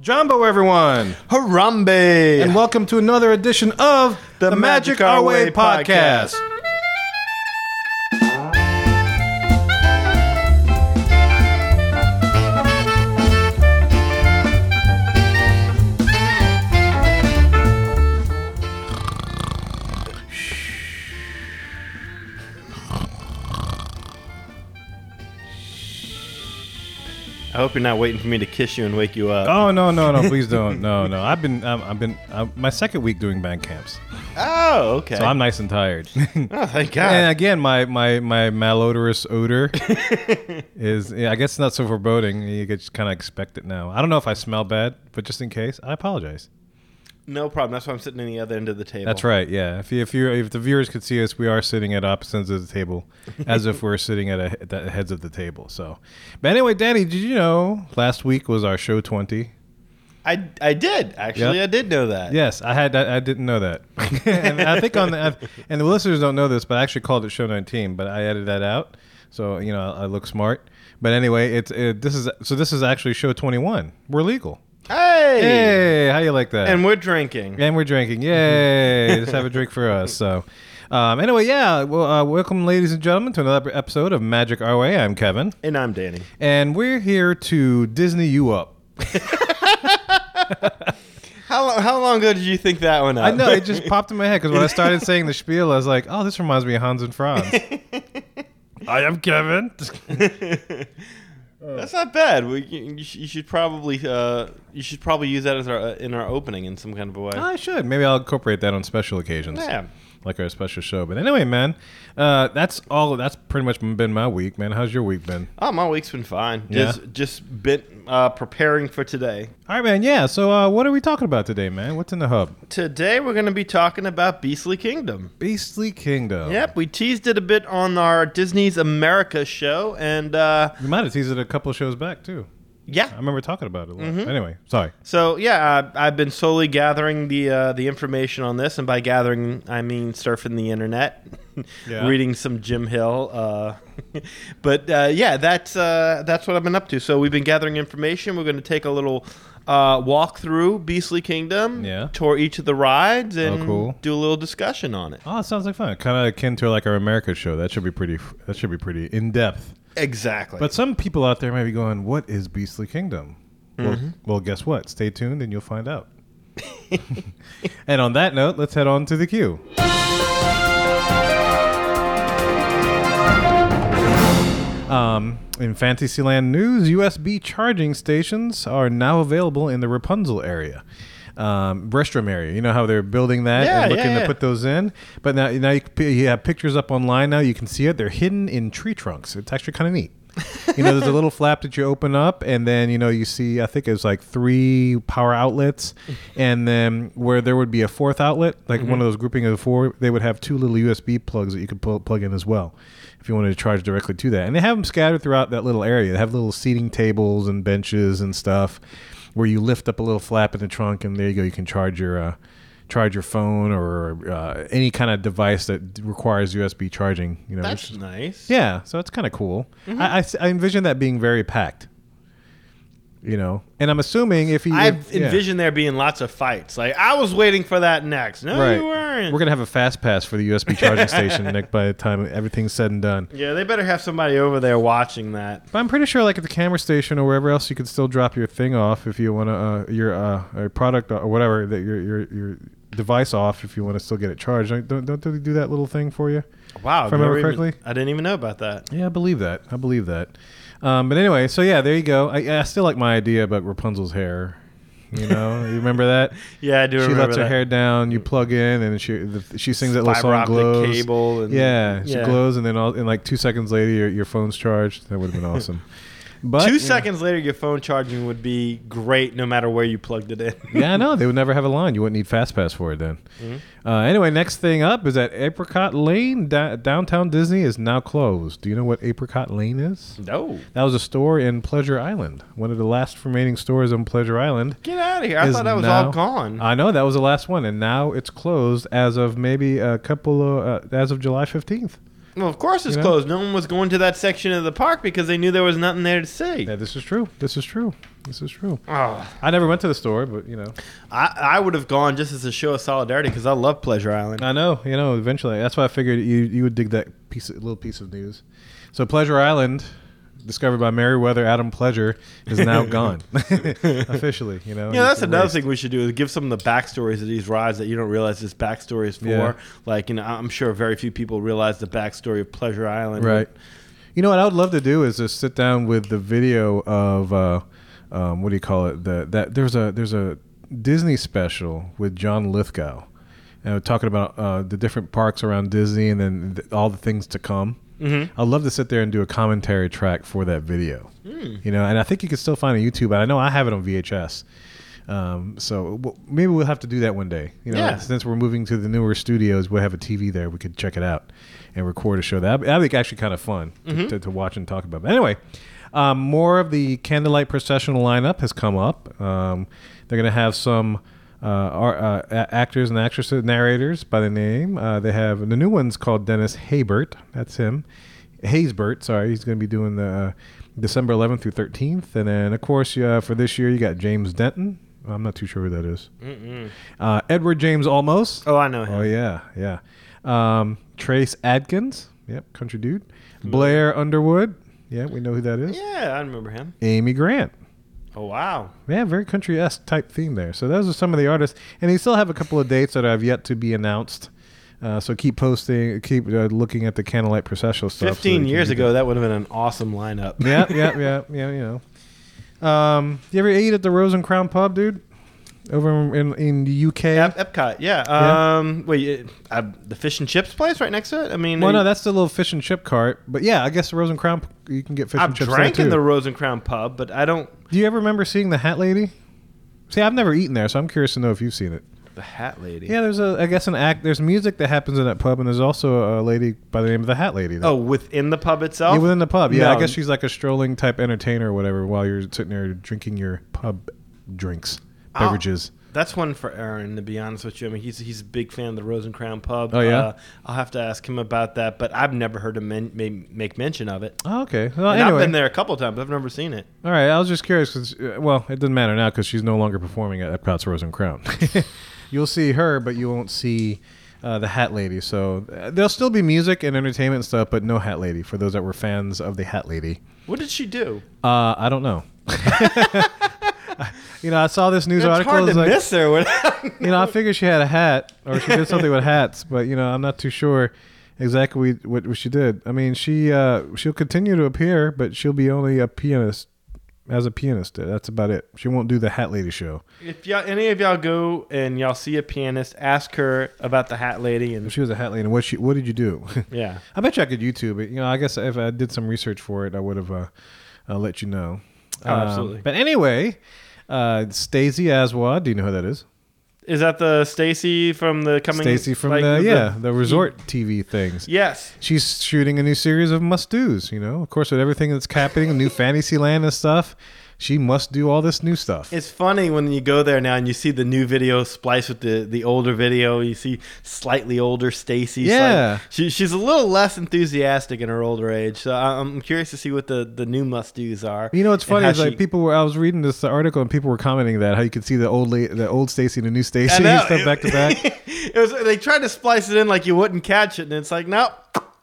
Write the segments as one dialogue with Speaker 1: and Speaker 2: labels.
Speaker 1: Jumbo, everyone,
Speaker 2: Harambe!
Speaker 1: and welcome to another edition of the, Magic, Our Way, podcast.
Speaker 2: I hope you're not waiting for me to kiss you and wake you up.
Speaker 1: Oh no, no, no! Please don't. No, no. I've been, um, I've been uh, my second week doing band camps,
Speaker 2: Oh, okay.
Speaker 1: so I'm nice and tired.
Speaker 2: oh, thank God.
Speaker 1: and again, my my my malodorous odor is. Yeah, I guess it's not so foreboding. You could just kind of expect it now. I don't know if I smell bad, but just in case, I apologize.
Speaker 2: no problem. That's why I'm sitting on the other end of the table.
Speaker 1: That's right. Yeah. If you, if you if the viewers could see us, we are sitting at opposite ends of the table, as if we're sitting at, a, at the heads of the table. So, but anyway, Danny, did you know last week was our show twenty?
Speaker 2: I, I did. Actually,
Speaker 1: Yep.
Speaker 2: I did know that.
Speaker 1: Yes, I had. I, I didn't know that. and I think on the I've- and the listeners don't know this, but I actually called it show nineteen, but I edited that out. So you know, I, I look smart. But anyway, it's it, this is so this is actually show twenty one. We're legal.
Speaker 2: Hey!
Speaker 1: Hey, how you like that?
Speaker 2: And we're drinking.
Speaker 1: And we're drinking. Yay! Just have a drink for us. So, um, anyway, yeah. Well, uh, welcome, ladies and gentlemen, to another episode of Magic Our Way. I'm Kevin,
Speaker 2: And I'm Danny.
Speaker 1: and we're here to Disney you up.
Speaker 2: How, lo- how long ago did you think that one up?
Speaker 1: I know it just popped in my head because when I started saying the spiel, I was like, "Oh, this reminds me of Hans and Franz." I am Kevin.
Speaker 2: That's not bad. We, you, you sh- you should probably uh, you should probably use that as our uh, in our opening in some kind of a way.
Speaker 1: I should maybe I'll incorporate that on special occasions.
Speaker 2: yeah.
Speaker 1: Like our special show, but anyway, man, uh, that's all. That's pretty much been my week, man. How's your week been?
Speaker 2: Oh, my week's been fine.
Speaker 1: Yeah.
Speaker 2: Just just been uh, preparing for today.
Speaker 1: All right, man. Yeah. So, uh, what are we talking about today, man? What's in the hub?
Speaker 2: Today we're going to be talking about Beastly Kingdom.
Speaker 1: Beastly Kingdom.
Speaker 2: Yep, we teased it a bit on our Disney's America show, and uh,
Speaker 1: We might have teased it a couple shows back too. I
Speaker 2: yeah.
Speaker 1: remember talking about it a lot. Anyway, sorry.
Speaker 2: So yeah, I, I've been slowly gathering the uh, the information on this, and by gathering I mean surfing the internet,
Speaker 1: Yeah.
Speaker 2: reading some Jim Hill. Uh, but uh, yeah, that's uh, that's what I've been up to. So we've been gathering information. We're going to take a little uh, walk through Beastly Kingdom,
Speaker 1: Yeah. Oh,
Speaker 2: tour each of the rides, and
Speaker 1: cool.
Speaker 2: do a little discussion on it.
Speaker 1: Oh, it sounds like fun. Kind of akin to like our America show. That should be pretty. That should be pretty in depth.
Speaker 2: Exactly.
Speaker 1: But some people out there may be going, "What is Beastly Kingdom?"
Speaker 2: Mm-hmm.
Speaker 1: Well, well, guess what? Stay tuned, and you'll find out. and on that note, let's head on to the queue. Um, in Fantasyland news, USB charging stations are now available in the Rapunzel area, um, restroom area. You know how they're building that
Speaker 2: Yeah,
Speaker 1: and looking
Speaker 2: yeah,
Speaker 1: to
Speaker 2: yeah.
Speaker 1: put those in, but now now you, can pi- you have pictures up online. Now you can see it. They're hidden in tree trunks. It's actually kind of neat. you know, there's a little flap that you open up, and then you know you see. I think it's like three power outlets, and then where there would be a fourth outlet, like one of those grouping of four, they would have two little USB plugs that you could pull, plug in as well, if you wanted to charge directly to that. And they have them scattered throughout that little area. They have little seating tables and benches and stuff, where you lift up a little flap in the trunk, and there you go. You can charge your uh, charge your phone or uh, any kind of device that requires USB charging. You know, which
Speaker 2: that's Mm-hmm. nice.
Speaker 1: yeah, so it's kind of cool. I I s I I, envision that being very packed. You know, and I'm assuming if you,
Speaker 2: I've
Speaker 1: if- yeah.
Speaker 2: envisioned there being lots of fights. Like I was waiting for that next. No,
Speaker 1: right,
Speaker 2: you weren't.
Speaker 1: we're gonna have a fast pass for the USB charging station, Nick. By the time everything's said and done,
Speaker 2: yeah, they better have somebody over there watching that.
Speaker 1: but I'm pretty sure, like at the camera station or wherever else, you can still drop your thing off if you want to, uh, your uh, or product or whatever that your your your device off if you want to still get it charged. Don't don't don't they do that little thing for you?
Speaker 2: Wow,
Speaker 1: If I remember
Speaker 2: never even-
Speaker 1: correctly.
Speaker 2: I didn't even know about that.
Speaker 1: Yeah, I believe that. I believe that. Um, but anyway, so yeah, there you go. I, I still like my idea about Rapunzel's hair. You know, you remember that?
Speaker 2: Yeah, I do
Speaker 1: she
Speaker 2: remember
Speaker 1: lets her
Speaker 2: that.
Speaker 1: hair down. You plug in, and she the, she sings that little
Speaker 2: Fiber
Speaker 1: song
Speaker 2: optic
Speaker 1: glows.
Speaker 2: cable and
Speaker 1: yeah, she
Speaker 2: Yeah.
Speaker 1: glows, and then all in like two seconds later, your, your phone's charged. That would have been awesome. But
Speaker 2: Two
Speaker 1: you know,
Speaker 2: seconds later, your phone charging would be great, no matter where you plugged it in.
Speaker 1: yeah, I know they would never have a line. You wouldn't need fast pass for it then.
Speaker 2: Mm-hmm.
Speaker 1: Uh, anyway, next thing up is that Apricot Lane da- downtown Disney is now closed. Do you know what Apricot Lane is?
Speaker 2: no,
Speaker 1: That was a store in Pleasure Island, one of the last remaining stores on Pleasure Island.
Speaker 2: get out of here! I
Speaker 1: is
Speaker 2: thought that was
Speaker 1: now-
Speaker 2: all gone.
Speaker 1: I know that was the last one, and now it's closed as of maybe a couple of uh, as of July fifteenth.
Speaker 2: well, of course it's
Speaker 1: you know?
Speaker 2: closed. No one was going to that section of the park because they knew there was nothing there to see.
Speaker 1: Yeah, this is true. This is true. This is true.
Speaker 2: Oh,
Speaker 1: I never went to the store, but you know,
Speaker 2: I, I would have gone just as a show of solidarity because I love Pleasure Island.
Speaker 1: I know, you know. Eventually, that's why I figured you you would dig that piece, of, little piece of news. So, Pleasure Island, discovered by Meriwether Adam Pleasure, is now gone officially. You know,
Speaker 2: Yeah, that's
Speaker 1: It's
Speaker 2: another
Speaker 1: erased.
Speaker 2: thing we should do is give some of the backstories of these rides that you don't realize this backstory is for.
Speaker 1: Yeah.
Speaker 2: Like, you know, I'm sure very few people realize the backstory of Pleasure Island.
Speaker 1: Right. You know what I would love to do is just sit down with the video of uh, um, what do you call it? The that there's a there's a Disney special with John Lithgow, and we're talking about uh, the different parks around Disney and then th- all the things to come. Mm-hmm. I'd love to sit there and do a commentary track for that video. You know, and I think you can still find it on YouTube. And I know I have it on VHS. Um, so w- maybe we'll have to do that one day. You know,
Speaker 2: Yeah.
Speaker 1: since we're moving to the newer studios, we'll have a TV there. We could check it out and record a show. That that'd be actually kind of fun to, to, to watch and talk about. But anyway, um, more of the candlelight processional lineup has come up. Um, they're going to have some. Uh, our, uh, a- actors and actresses, narrators by the name. Uh, they have the new one's called Dennis Haybert. That's him. Haysbert, sorry, he's going to be doing the uh, December 11th through 13th, and then of course uh, for this year you got James Denton. I'm not too sure who that is. Uh, Edward James Almost.
Speaker 2: Oh, I know him.
Speaker 1: Oh yeah, yeah. Um, Trace Adkins. Yep, country dude. Blair Underwood. Yeah, we know who that is.
Speaker 2: Mm. Yeah, I remember him.
Speaker 1: Amy Grant.
Speaker 2: Oh, wow.
Speaker 1: Yeah, very country esque type theme there. So those are some of the artists, and they still have a couple of dates that have yet to be announced. Uh, so keep posting, keep uh, looking at the candlelight processional stuff. so that
Speaker 2: 15
Speaker 1: you can
Speaker 2: years
Speaker 1: do
Speaker 2: ago, that would have been an awesome lineup.
Speaker 1: yeah, yeah, yeah, yeah. You know. Um, you ever ate at the Rose and Crown Pub, dude? Over in in the UK.
Speaker 2: Ep- Epcot, yeah.
Speaker 1: Yeah.
Speaker 2: Um, wait, uh, uh, the fish and chips place right next to it. I mean,
Speaker 1: Well, no, that's the little fish and chip cart. But yeah, I guess the Rose and Crown you can get fish
Speaker 2: I've
Speaker 1: and chips
Speaker 2: drank
Speaker 1: there too.
Speaker 2: in the Rose and Crown pub, but I don't.
Speaker 1: Do you ever remember seeing the Hat Lady? See, I've never eaten there, so I'm curious to know if you've seen it.
Speaker 2: The Hat Lady.
Speaker 1: Yeah, there's a I guess an act. There's music that happens in that pub, and there's also a lady by the name of the Hat Lady.
Speaker 2: Oh, within the pub itself.
Speaker 1: Yeah, within the pub. Yeah, I
Speaker 2: No.
Speaker 1: guess she's like a strolling type entertainer or whatever while you're sitting there drinking your pub drinks,
Speaker 2: I'll-
Speaker 1: beverages.
Speaker 2: That's one for Aaron, to be honest with you. I mean, he's he's a big fan of the Rose and Crown Pub.
Speaker 1: Oh, yeah?
Speaker 2: uh, I'll have to ask him about that, but I've never heard him men- ma- make mention of it.
Speaker 1: Oh, okay. Well,
Speaker 2: And
Speaker 1: anyway.
Speaker 2: I've been there a couple times. I've never seen it.
Speaker 1: All right, I was just curious 'cause, uh, well, it doesn't matter now because she's no longer performing at Epcot's Rose and Crown. You'll see her, but you won't see uh, the Hat Lady. So uh, there'll still be music and entertainment and stuff, but no Hat Lady for those that were fans of the Hat Lady.
Speaker 2: What did she do?
Speaker 1: Uh, I don't know. you know, I saw this news
Speaker 2: It's
Speaker 1: article.
Speaker 2: hard
Speaker 1: it's
Speaker 2: to
Speaker 1: like,
Speaker 2: miss her. without-
Speaker 1: you know, I figured she had a hat or she did something with hats, but you know, I'm not too sure exactly what, what she did. I mean, she uh, she'll continue to appear, but she'll be only a pianist as a pianist. That's about it. She won't do the Hat Lady show.
Speaker 2: if y'all, any of y'all go and y'all see a pianist, ask her about the Hat Lady,
Speaker 1: If
Speaker 2: and
Speaker 1: she was a Hat Lady, what she what did you do?
Speaker 2: yeah,
Speaker 1: I bet you I could YouTube it. You know, I guess if I did some research for it, I would have uh, uh, let you know. Um,
Speaker 2: Oh, absolutely.
Speaker 1: but anyway, uh, Stacey Aswa, do you know who that is?
Speaker 2: is that the Stacy from the coming?
Speaker 1: Stacey from
Speaker 2: like,
Speaker 1: the, yeah the resort TV things.
Speaker 2: Yes.
Speaker 1: she's shooting a new series of must do's. You know, of course, with everything that's happening, new Fantasyland and stuff, she must do all this new stuff.
Speaker 2: It's funny when you go there now and you see the new video spliced with the, the older video. You see slightly older Stacy.
Speaker 1: Yeah.
Speaker 2: slight- she, she's a little less enthusiastic in her older age. So I- I'm curious to see what the, the new must dos are.
Speaker 1: you know what's
Speaker 2: and
Speaker 1: funny
Speaker 2: how
Speaker 1: is like
Speaker 2: she-
Speaker 1: people were. I was reading this article and people were commenting that how you could see the old la- the old Stacy and the new
Speaker 2: I
Speaker 1: Stacy
Speaker 2: know.
Speaker 1: stuff back to back.
Speaker 2: it was they tried to splice it in like you wouldn't catch it, and it's like nope,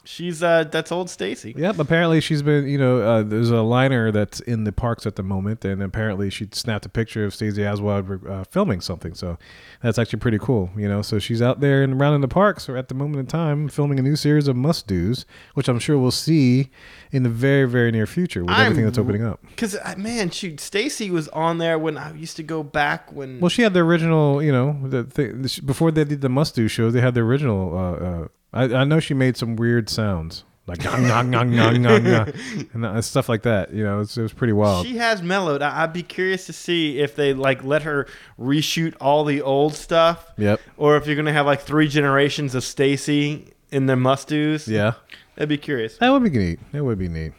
Speaker 2: she's uh that's old Stacy.
Speaker 1: Yep. Apparently, she's been. You know, uh, there's a liner that's in the parks at the moment, and apparently she snapped a picture of Stacey Oswald uh, filming something. So that's actually pretty cool. You know, so she's out there and around in the parks, or at the moment in time, filming a new series of must dos, which I'm sure we'll see in the very, very near future with everything that's opening up.
Speaker 2: Because uh, man, shoot, Stacy was on there when I used to go back when.
Speaker 1: Well, she had the original. You know, the, thing before they did the must do shows, they had the original. Uh, uh, I, I know she made some weird sounds. Like "Nyah, nyah, nyah, nyah, nyah, nyah," and uh, stuff like that, you know, it's, it was pretty wild.
Speaker 2: She has mellowed. I, I'd be curious to see if they like let her reshoot all the old stuff.
Speaker 1: Yep.
Speaker 2: Or if you're gonna have like three generations of Stacy in their must dos.
Speaker 1: Yeah.
Speaker 2: I'd be curious.
Speaker 1: That would be neat. That would be neat.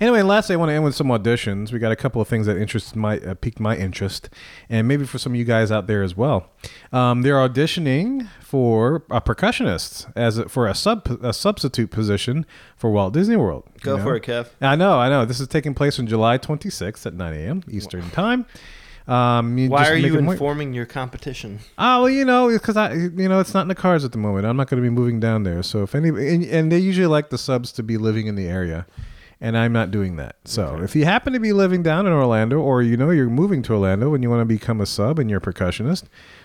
Speaker 1: Anyway, and lastly, I want to end with some auditions. We got a couple of things that interested my uh, piqued my interest, and maybe for some of you guys out there as well. Um, they're auditioning for a percussionist as a, for a sub a substitute position for Walt Disney World. you
Speaker 2: Go
Speaker 1: know?
Speaker 2: for it, Kev.
Speaker 1: I know, I know. This is taking place on July 26th at 9 a.m. Eastern Time. Um, you
Speaker 2: Why
Speaker 1: just
Speaker 2: are
Speaker 1: make
Speaker 2: you
Speaker 1: a point-
Speaker 2: informing your competition?
Speaker 1: Ah, well, you know, because I, you know, it's not in the cards at the moment. I'm not going to be moving down there. So if any, and, and they usually like the subs to be living in the area, and I'm not doing that. So if you happen to be living down in Orlando, or you know, you're moving to Orlando and you want to become a sub and you're a percussionist,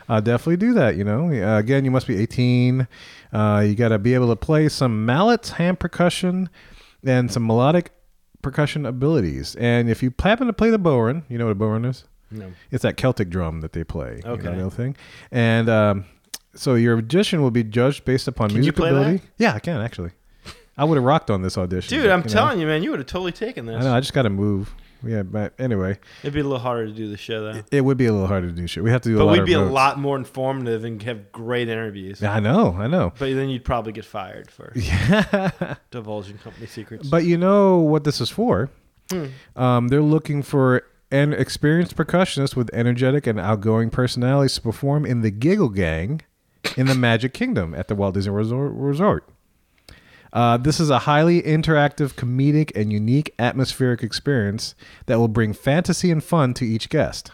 Speaker 1: uh, definitely do that. You know, uh, again, you must be 18. Uh, you got to be able to play some mallets, hand percussion, and some melodic percussion abilities. And if you happen to play the Bowen, you know what a Bowen is.
Speaker 2: No.
Speaker 1: It's that Celtic drum that they play. Okay.
Speaker 2: Okay.
Speaker 1: You know, the other thing. And um, so your audition will be judged based upon
Speaker 2: you
Speaker 1: music
Speaker 2: play
Speaker 1: ability. Yeah, I can actually. I would have rocked on this audition.
Speaker 2: Dude,
Speaker 1: but,
Speaker 2: I'm
Speaker 1: you know,
Speaker 2: telling you, man, you would have totally taken this.
Speaker 1: I know. I just got to move. Yeah, but anyway,
Speaker 2: It'd be a little harder to do the show though.
Speaker 1: it would be a little harder to do shit. We have to do a
Speaker 2: But
Speaker 1: lot
Speaker 2: we'd
Speaker 1: of
Speaker 2: be a
Speaker 1: roads.
Speaker 2: lot more informative and have great interviews.
Speaker 1: I know. I know.
Speaker 2: But then you'd probably get fired for divulging company secrets.
Speaker 1: But you know what this is for? Um, they're looking for an experienced percussionist with energetic and outgoing personalities to perform in the Giggle Gang in the Magic Kingdom at the Walt Disney Resor- Resort. Uh, this is a highly interactive, comedic, and unique atmospheric experience that will bring fantasy and fun to each guest.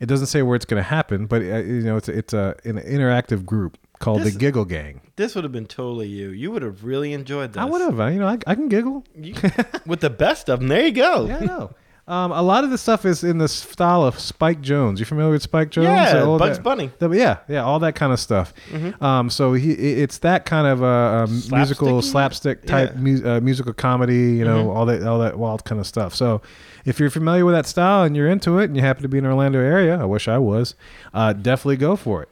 Speaker 1: It doesn't say where it's going to happen, but uh, you know it's a, it's a, an interactive group called
Speaker 2: This-
Speaker 1: the Giggle Gang.
Speaker 2: this would have been totally you. You would have really enjoyed this.
Speaker 1: I would have, you know, I, I can giggle.
Speaker 2: have. With the best of them. There you go.
Speaker 1: Yeah, I know. Um, a lot of the stuff is in the style of Spike Jones. You familiar with Spike Jones?
Speaker 2: Yeah,
Speaker 1: All
Speaker 2: Bugs
Speaker 1: that-
Speaker 2: Bunny.
Speaker 1: the- yeah, yeah, all that kind of stuff. Um, so he, i- it's that kind of uh, um, musical
Speaker 2: Slapsticky?
Speaker 1: slapstick type
Speaker 2: Yeah.
Speaker 1: mu- uh, musical comedy. You know, all that all that wild kind of stuff. So if you're familiar with that style and you're into it and you happen to be in the Orlando area, I wish I was. Uh, definitely go for it.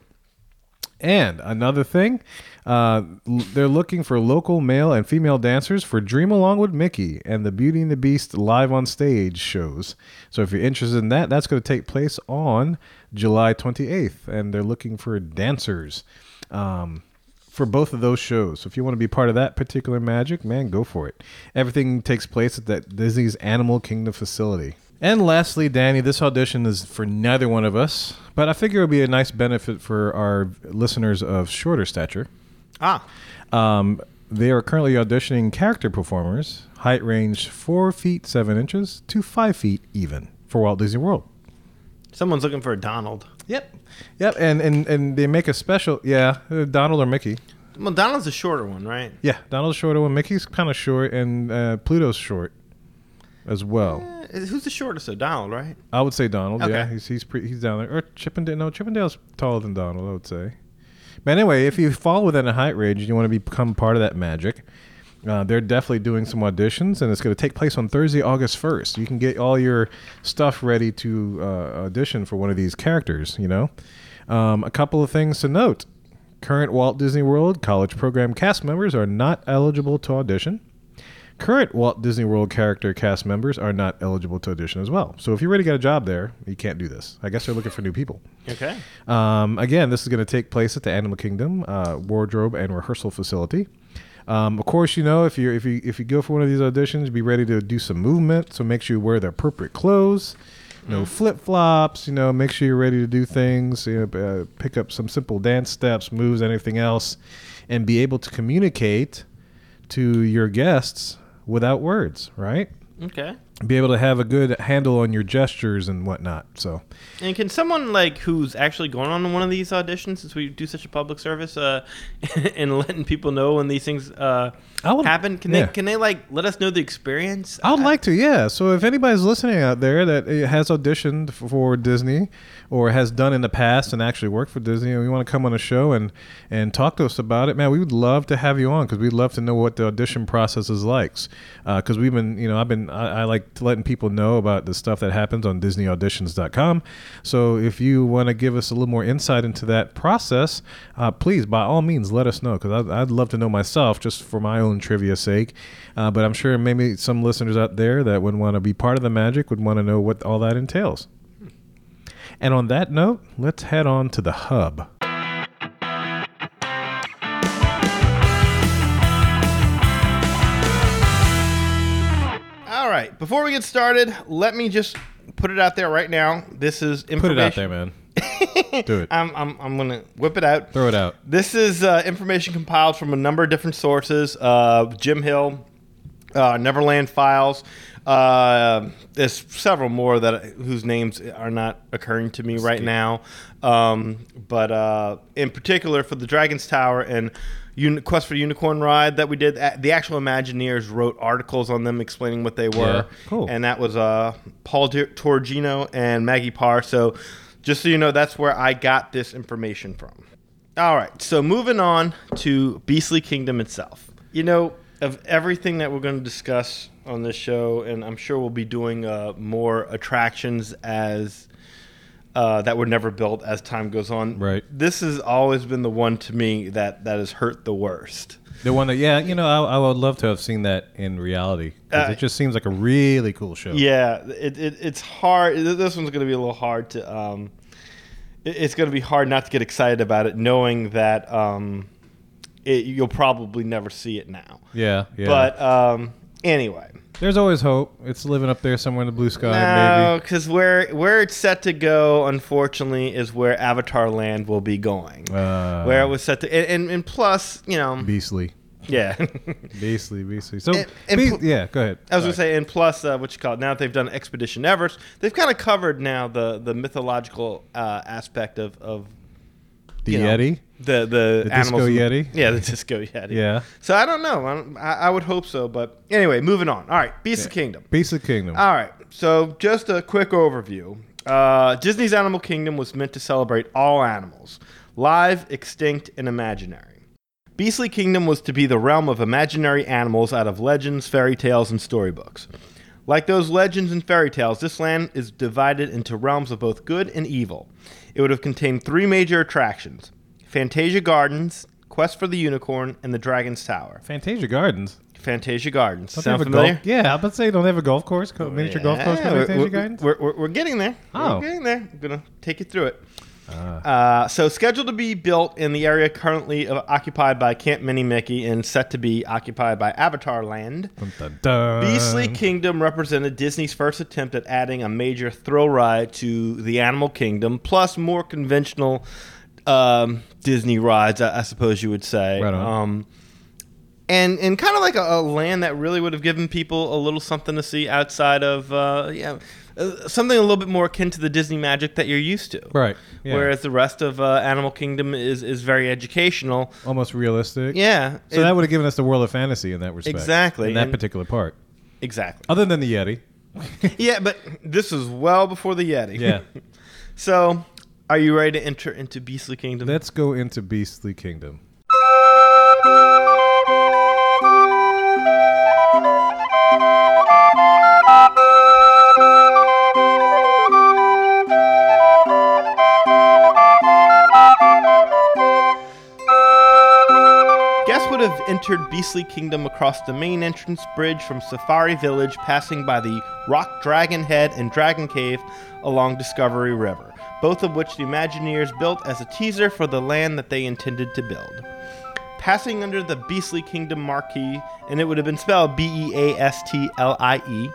Speaker 1: And another thing, uh, l- they're looking for local male and female dancers for Dream Along with Mickey and the Beauty and the Beast live on stage shows. So if you're interested in that, that's going to take place on July 28th, and they're looking for dancers um, for both of those shows. So if you want to be part of that particular magic, man, go for it. Everything takes place at that Disney's Animal Kingdom facility. And lastly, Danny, this audition is for neither one of us, but I figure it would be a nice benefit for our listeners of shorter stature.
Speaker 2: Ah.
Speaker 1: Um, they are currently auditioning character performers, height range four feet seven inches to five feet even for Walt Disney World.
Speaker 2: Someone's looking for a Donald.
Speaker 1: Yep, yep, and and and they make a special, yeah, uh, Donald or Mickey.
Speaker 2: Well, Donald's the shorter one, right?
Speaker 1: Yeah, Donald's shorter one. Mickey's kind of short, and uh, Pluto's short as well.
Speaker 2: Eh, Who's the shortest of Donald, right?
Speaker 1: I would say Donald. Yeah,
Speaker 2: Okay.
Speaker 1: he's he's pretty, he's down there. Or Chippendale. No, Chippendale's taller than Donald. I would say. But anyway, if you fall within a height range and you want to become part of that magic, uh, they're definitely doing some auditions, and it's going to take place on Thursday, August first. You can get all your stuff ready to uh, audition for one of these characters. You know, um, a couple of things to note: current Walt Disney World College Program cast members are not eligible to audition. Current Walt Disney World character cast members are not eligible to audition as well. So if you already got a job there, you can't do this. I guess they're looking for new people.
Speaker 2: Okay.
Speaker 1: Um, again, this is going to take place at the Animal Kingdom uh, wardrobe and rehearsal facility. Um, of course, you know if you if you if you go for one of these auditions, be ready to do some movement. So make sure you wear the appropriate clothes, no flip flops. You know, make sure you're ready to do things. You know, uh, pick up some simple dance steps, moves, anything else, and be able to communicate to your guests without words. Right?
Speaker 2: Okay.
Speaker 1: Be able to have a good handle on your gestures and whatnot. So.
Speaker 2: And can someone like who's actually going on one of these auditions, since we do such a public service, uh, and letting people know when these things uh,
Speaker 1: I would-
Speaker 2: happen? Can
Speaker 1: yeah.
Speaker 2: they can they like let us know the experience? Uh,
Speaker 1: I would like to, yeah. So if anybody's listening out there that uh, has auditioned f- for Disney or has done in the past and actually worked for Disney, and you want to come on a show and and talk to us about it, man, we would love to have you on because we'd love to know what the audition process is like. Because we've been, you know, I've been, I, I like to letting people know about uh, the stuff that happens on DisneyAuditions.com. So if you want to give us a little more insight into that process, uh, please, by all means, let us know because I'd, I'd love to know myself just for my own trivia sake. Uh, but I'm sure maybe some listeners out there that would want to be part of the magic would want to know what all that entails. And on that note, let's head on to the hub.
Speaker 2: All right. Before we get started, let me just put it out there right now. This is information.
Speaker 1: Put it out there, man. Do it.
Speaker 2: I'm, I'm, I'm going to whip it out.
Speaker 1: Throw it out.
Speaker 2: This is uh, information compiled from a number of different sources. Uh, Jim Hill, uh, Neverland Files. Uh, there's several more that whose names are not occurring to me right now. Um, but uh, in particular, for the Dragon's Tower and Uni- Quest for Unicorn Ride that we did, a- the actual Imagineers wrote articles on them explaining what they were.
Speaker 1: Yeah, cool.
Speaker 2: And that was uh, Paul Di- Torgino and Maggie Parr. So just so you know, that's where I got this information from. All right, so moving on to Beastly Kingdom itself. You know, of everything that we're going to discuss on this show, and I'm sure we'll be doing uh, more attractions as uh, that were never built as time goes on.
Speaker 1: Right.
Speaker 2: This has always been the one to me that that has hurt the worst.
Speaker 1: The one that, yeah, you know, I, I would love to have seen that in reality. 'cause
Speaker 2: Uh,
Speaker 1: it just seems like a really cool show.
Speaker 2: Yeah, it, it it's hard. th- This one's going to be a little hard to. Um, it- it's going to be hard not to get excited about it, knowing that um, it, you'll probably never see it now.
Speaker 1: Yeah. yeah.
Speaker 2: But um, anyway,
Speaker 1: there's always hope. It's living up there somewhere in the blue sky,
Speaker 2: no,
Speaker 1: maybe.
Speaker 2: because where where it's set to go, unfortunately, is where Avatar Land will be going.
Speaker 1: Uh,
Speaker 2: where it was set to, and, and, and plus, you know,
Speaker 1: Beastly.
Speaker 2: yeah.
Speaker 1: Beastly, beastly. So,
Speaker 2: And- and
Speaker 1: be-
Speaker 2: pl-
Speaker 1: yeah, go ahead.
Speaker 2: I
Speaker 1: Sorry.
Speaker 2: was gonna say, and plus, uh, what you call it? Now that they've done Expedition Everest, they've kind of covered now the the mythological uh, aspect of of
Speaker 1: the
Speaker 2: you know,
Speaker 1: Yeti.
Speaker 2: the the,
Speaker 1: The disco
Speaker 2: animals in the-
Speaker 1: yeti?
Speaker 2: yeah, the disco yeti.
Speaker 1: Yeah.
Speaker 2: So I don't know. I, don't, I, I would hope so, but anyway, moving on. All right, Beast of Kingdom.
Speaker 1: Beastly Kingdom.
Speaker 2: All right. So, just a quick overview. Uh, Disney's Animal Kingdom was meant to celebrate all animals, live, extinct, and imaginary. Beastly Kingdom was to be the realm of imaginary animals out of legends, fairy tales, and storybooks. Like those legends and fairy tales, this land is divided into realms of both good and evil. It would have contained three major attractions Fantasia Gardens, Quest for the Unicorn, and the Dragon's Tower.
Speaker 1: Fantasia Gardens.
Speaker 2: Fantasia Gardens.
Speaker 1: Don't they
Speaker 2: Sound
Speaker 1: have a
Speaker 2: familiar?
Speaker 1: Golf, yeah, I'm about to say, don't they have a golf course? Co- miniature golf course
Speaker 2: Yeah,
Speaker 1: for
Speaker 2: we're-
Speaker 1: Fantasia
Speaker 2: we're,
Speaker 1: Gardens?
Speaker 2: We're, we're, we're getting there.
Speaker 1: Oh.
Speaker 2: We're getting there. I'm going to take you through it.
Speaker 1: Ah.
Speaker 2: Uh, so, scheduled to be built in the area currently uh, occupied by Camp Mini Mickey and set to be occupied by Avatar Land.
Speaker 1: Dun, dun, dun.
Speaker 2: Beastly Kingdom represented Disney's first attempt at adding a major thrill ride to the Animal Kingdom, plus more conventional um, Disney rides, I, I suppose you would say.
Speaker 1: Right on.
Speaker 2: Um, and and kind of like a, a land that really would have given people a little something to see outside of uh, yeah, uh, something a little bit more akin to the Disney magic that you're used to.
Speaker 1: Right. Yeah.
Speaker 2: Whereas the rest of uh, Animal Kingdom is is very educational.
Speaker 1: Almost realistic.
Speaker 2: Yeah.
Speaker 1: So
Speaker 2: it-
Speaker 1: that would have given us the world of fantasy in that respect.
Speaker 2: Exactly,
Speaker 1: In that
Speaker 2: and-
Speaker 1: particular part.
Speaker 2: exactly.
Speaker 1: Other than the Yeti.
Speaker 2: Yeah, but this is well before the Yeti.
Speaker 1: Yeah.
Speaker 2: So, are you ready to enter into Beastly Kingdom?
Speaker 1: Let's go into Beastly Kingdom.
Speaker 2: Guests would have entered Beastly Kingdom across the main entrance bridge from Safari Village, passing by the Rock Dragon Head and Dragon Cave along Discovery River, both of which the Imagineers built as a teaser for the land that they intended to build. Passing under the Beastly Kingdom marquee, and it would have been spelled B E A S T L I E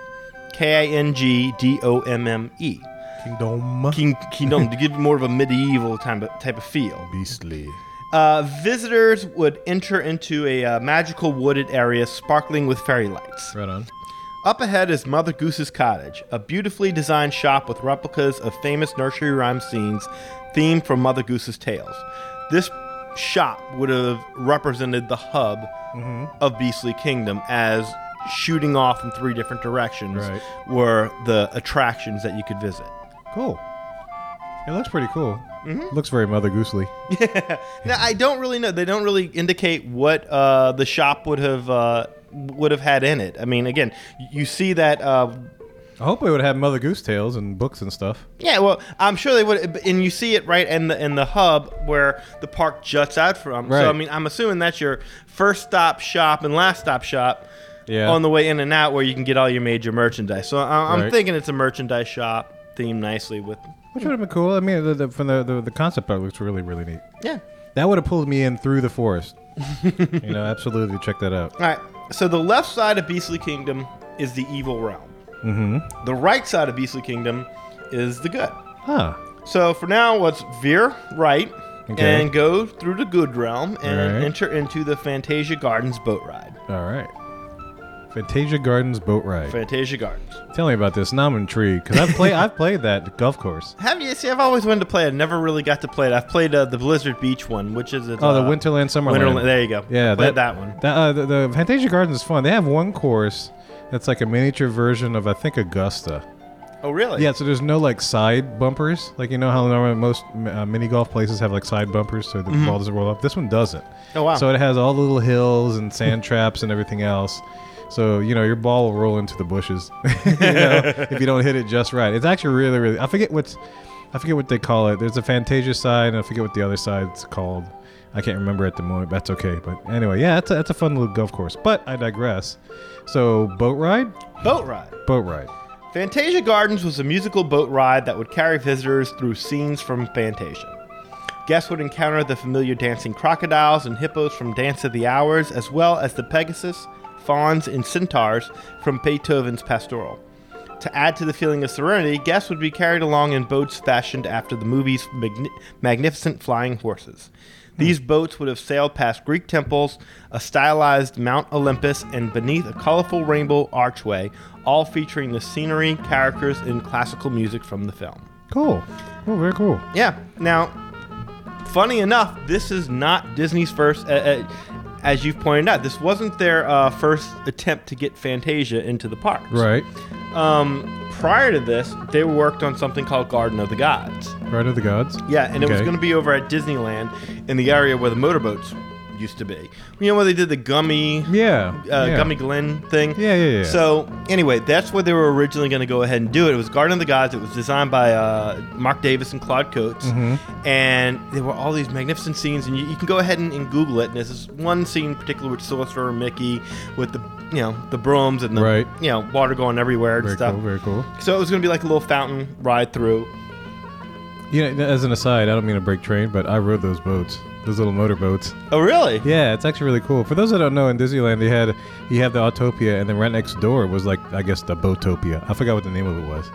Speaker 2: K I N G D O M M E.
Speaker 1: Kingdom.
Speaker 2: King Kingdom to give more of a medieval type of, type of feel.
Speaker 1: Beastly.
Speaker 2: Uh, visitors would enter into a uh, magical wooded area sparkling with fairy lights.
Speaker 1: Right on.
Speaker 2: Up ahead is Mother Goose's Cottage, a beautifully designed shop with replicas of famous nursery rhyme scenes themed from Mother Goose's tales. This shop would have represented the hub of Beastly Kingdom as shooting off in three different directions
Speaker 1: Right.
Speaker 2: were the attractions that you could visit.
Speaker 1: Cool. It looks pretty cool.
Speaker 2: Mm-hmm.
Speaker 1: Looks very Mother Goosely.
Speaker 2: Now I don't really know. They don't really indicate what uh, the shop would have uh, would have had in it. I mean, again, you see that. Uh,
Speaker 1: I hope it would have Mother Goose tales and books and stuff.
Speaker 2: yeah, well, I'm sure they would, and you see it right in the in the hub where the park juts out from.
Speaker 1: Right.
Speaker 2: So I mean, I'm assuming that's your first stop shop and last stop shop.
Speaker 1: Yeah.
Speaker 2: On the way in and out, where you can get all your major merchandise. So I, I'm
Speaker 1: Right.
Speaker 2: thinking it's a merchandise shop themed nicely with.
Speaker 1: Which would have been cool. I mean, the, the, from the, the, the concept art looks really, really neat.
Speaker 2: Yeah.
Speaker 1: That would have pulled me in through the forest. you know, absolutely check that out.
Speaker 2: All right. So the left side of Beastly Kingdom is the evil realm.
Speaker 1: Mm-hmm.
Speaker 2: The right side of Beastly Kingdom is the good.
Speaker 1: Huh.
Speaker 2: So for now, let's veer right
Speaker 1: Okay.
Speaker 2: and go through the good realm and
Speaker 1: Alright.
Speaker 2: enter into the Fantasia Gardens boat ride.
Speaker 1: All right. Fantasia Gardens boat ride.
Speaker 2: Fantasia Gardens.
Speaker 1: Tell me about this. Now I'm intrigued because I've played. I've played that golf course.
Speaker 2: Have you see? I've always wanted to play. it. I never really got to play it. I've played uh, the Blizzard Beach one, which is
Speaker 1: Oh, the Winterland Summerland.
Speaker 2: Uh, Winterland. There you go.
Speaker 1: Yeah,
Speaker 2: I played that, one.
Speaker 1: That, uh, the, the Fantasia Gardens is fun. They have one course that's like a miniature version of I think Augusta.
Speaker 2: Oh, really?
Speaker 1: Yeah, so there's no like side bumpers. Like you know how normally most uh, mini golf places have like side bumpers so the ball doesn't roll up. This one doesn't.
Speaker 2: Mm-hmm. Oh, wow.
Speaker 1: So it has all the little hills and sand traps and everything else. So you know your ball will roll into the bushes you know, if you don't hit it just right. It's actually really really. I forget what's I forget what they call it. There's a Fantasia side and I forget what the other side's called. I can't remember at the moment. That's okay. But anyway, yeah, that's a, that's a fun little golf course. But I digress. So boat ride,
Speaker 2: Boat ride.
Speaker 1: boat ride.
Speaker 2: Fantasia Gardens was a musical boat ride that would carry visitors through scenes from Fantasia. Guests would encounter the familiar dancing crocodiles and hippos from Dance of the Hours, as well as the Pegasus, fauns, and centaurs from Beethoven's Pastoral. To add to the feeling of serenity, guests would be carried along in boats fashioned after the movie's magni- magnificent flying horses. These boats would have sailed past Greek temples, a stylized Mount Olympus, and beneath a colorful rainbow archway, all featuring the scenery, characters, and classical music from the film.
Speaker 1: Cool. Oh, very cool.
Speaker 2: Yeah. Now, funny enough, this is not Disney's first, uh, uh, as you've pointed out, this wasn't their uh, first attempt to get Fantasia into the parks.
Speaker 1: Right.
Speaker 2: Um, prior to this, they worked on something called Garden of the Gods.
Speaker 1: Right of the gods.
Speaker 2: Yeah, and it was
Speaker 1: Okay.
Speaker 2: going to be over at Disneyland in the area where the motorboats used to be. You know where they did the gummy
Speaker 1: Yeah.
Speaker 2: uh,
Speaker 1: yeah.
Speaker 2: Gummy Glen thing.
Speaker 1: Yeah, yeah, yeah.
Speaker 2: So anyway, that's where they were originally going to go ahead and do it. It was Garden of the Gods. It was designed by uh, Mark Davis and Claude Coates,
Speaker 1: Mm-hmm.
Speaker 2: and there were all these magnificent scenes. And you, you can go ahead and, and Google it. And there's this one scene in particular with Sorcerer Mickey with the you know the brooms and the
Speaker 1: Right.
Speaker 2: you know water going everywhere and
Speaker 1: Very
Speaker 2: stuff.
Speaker 1: cool. Very cool.
Speaker 2: So it was going to be like a little fountain ride through.
Speaker 1: You know, as an aside, I don't mean to break train, but I rode those boats, those little motor boats.
Speaker 2: Oh really?
Speaker 1: Yeah, it's actually really cool. For those that don't know, in Disneyland, they had you have the Autopia, and then right next door was like I guess the Boatopia. I forgot what the name of it was.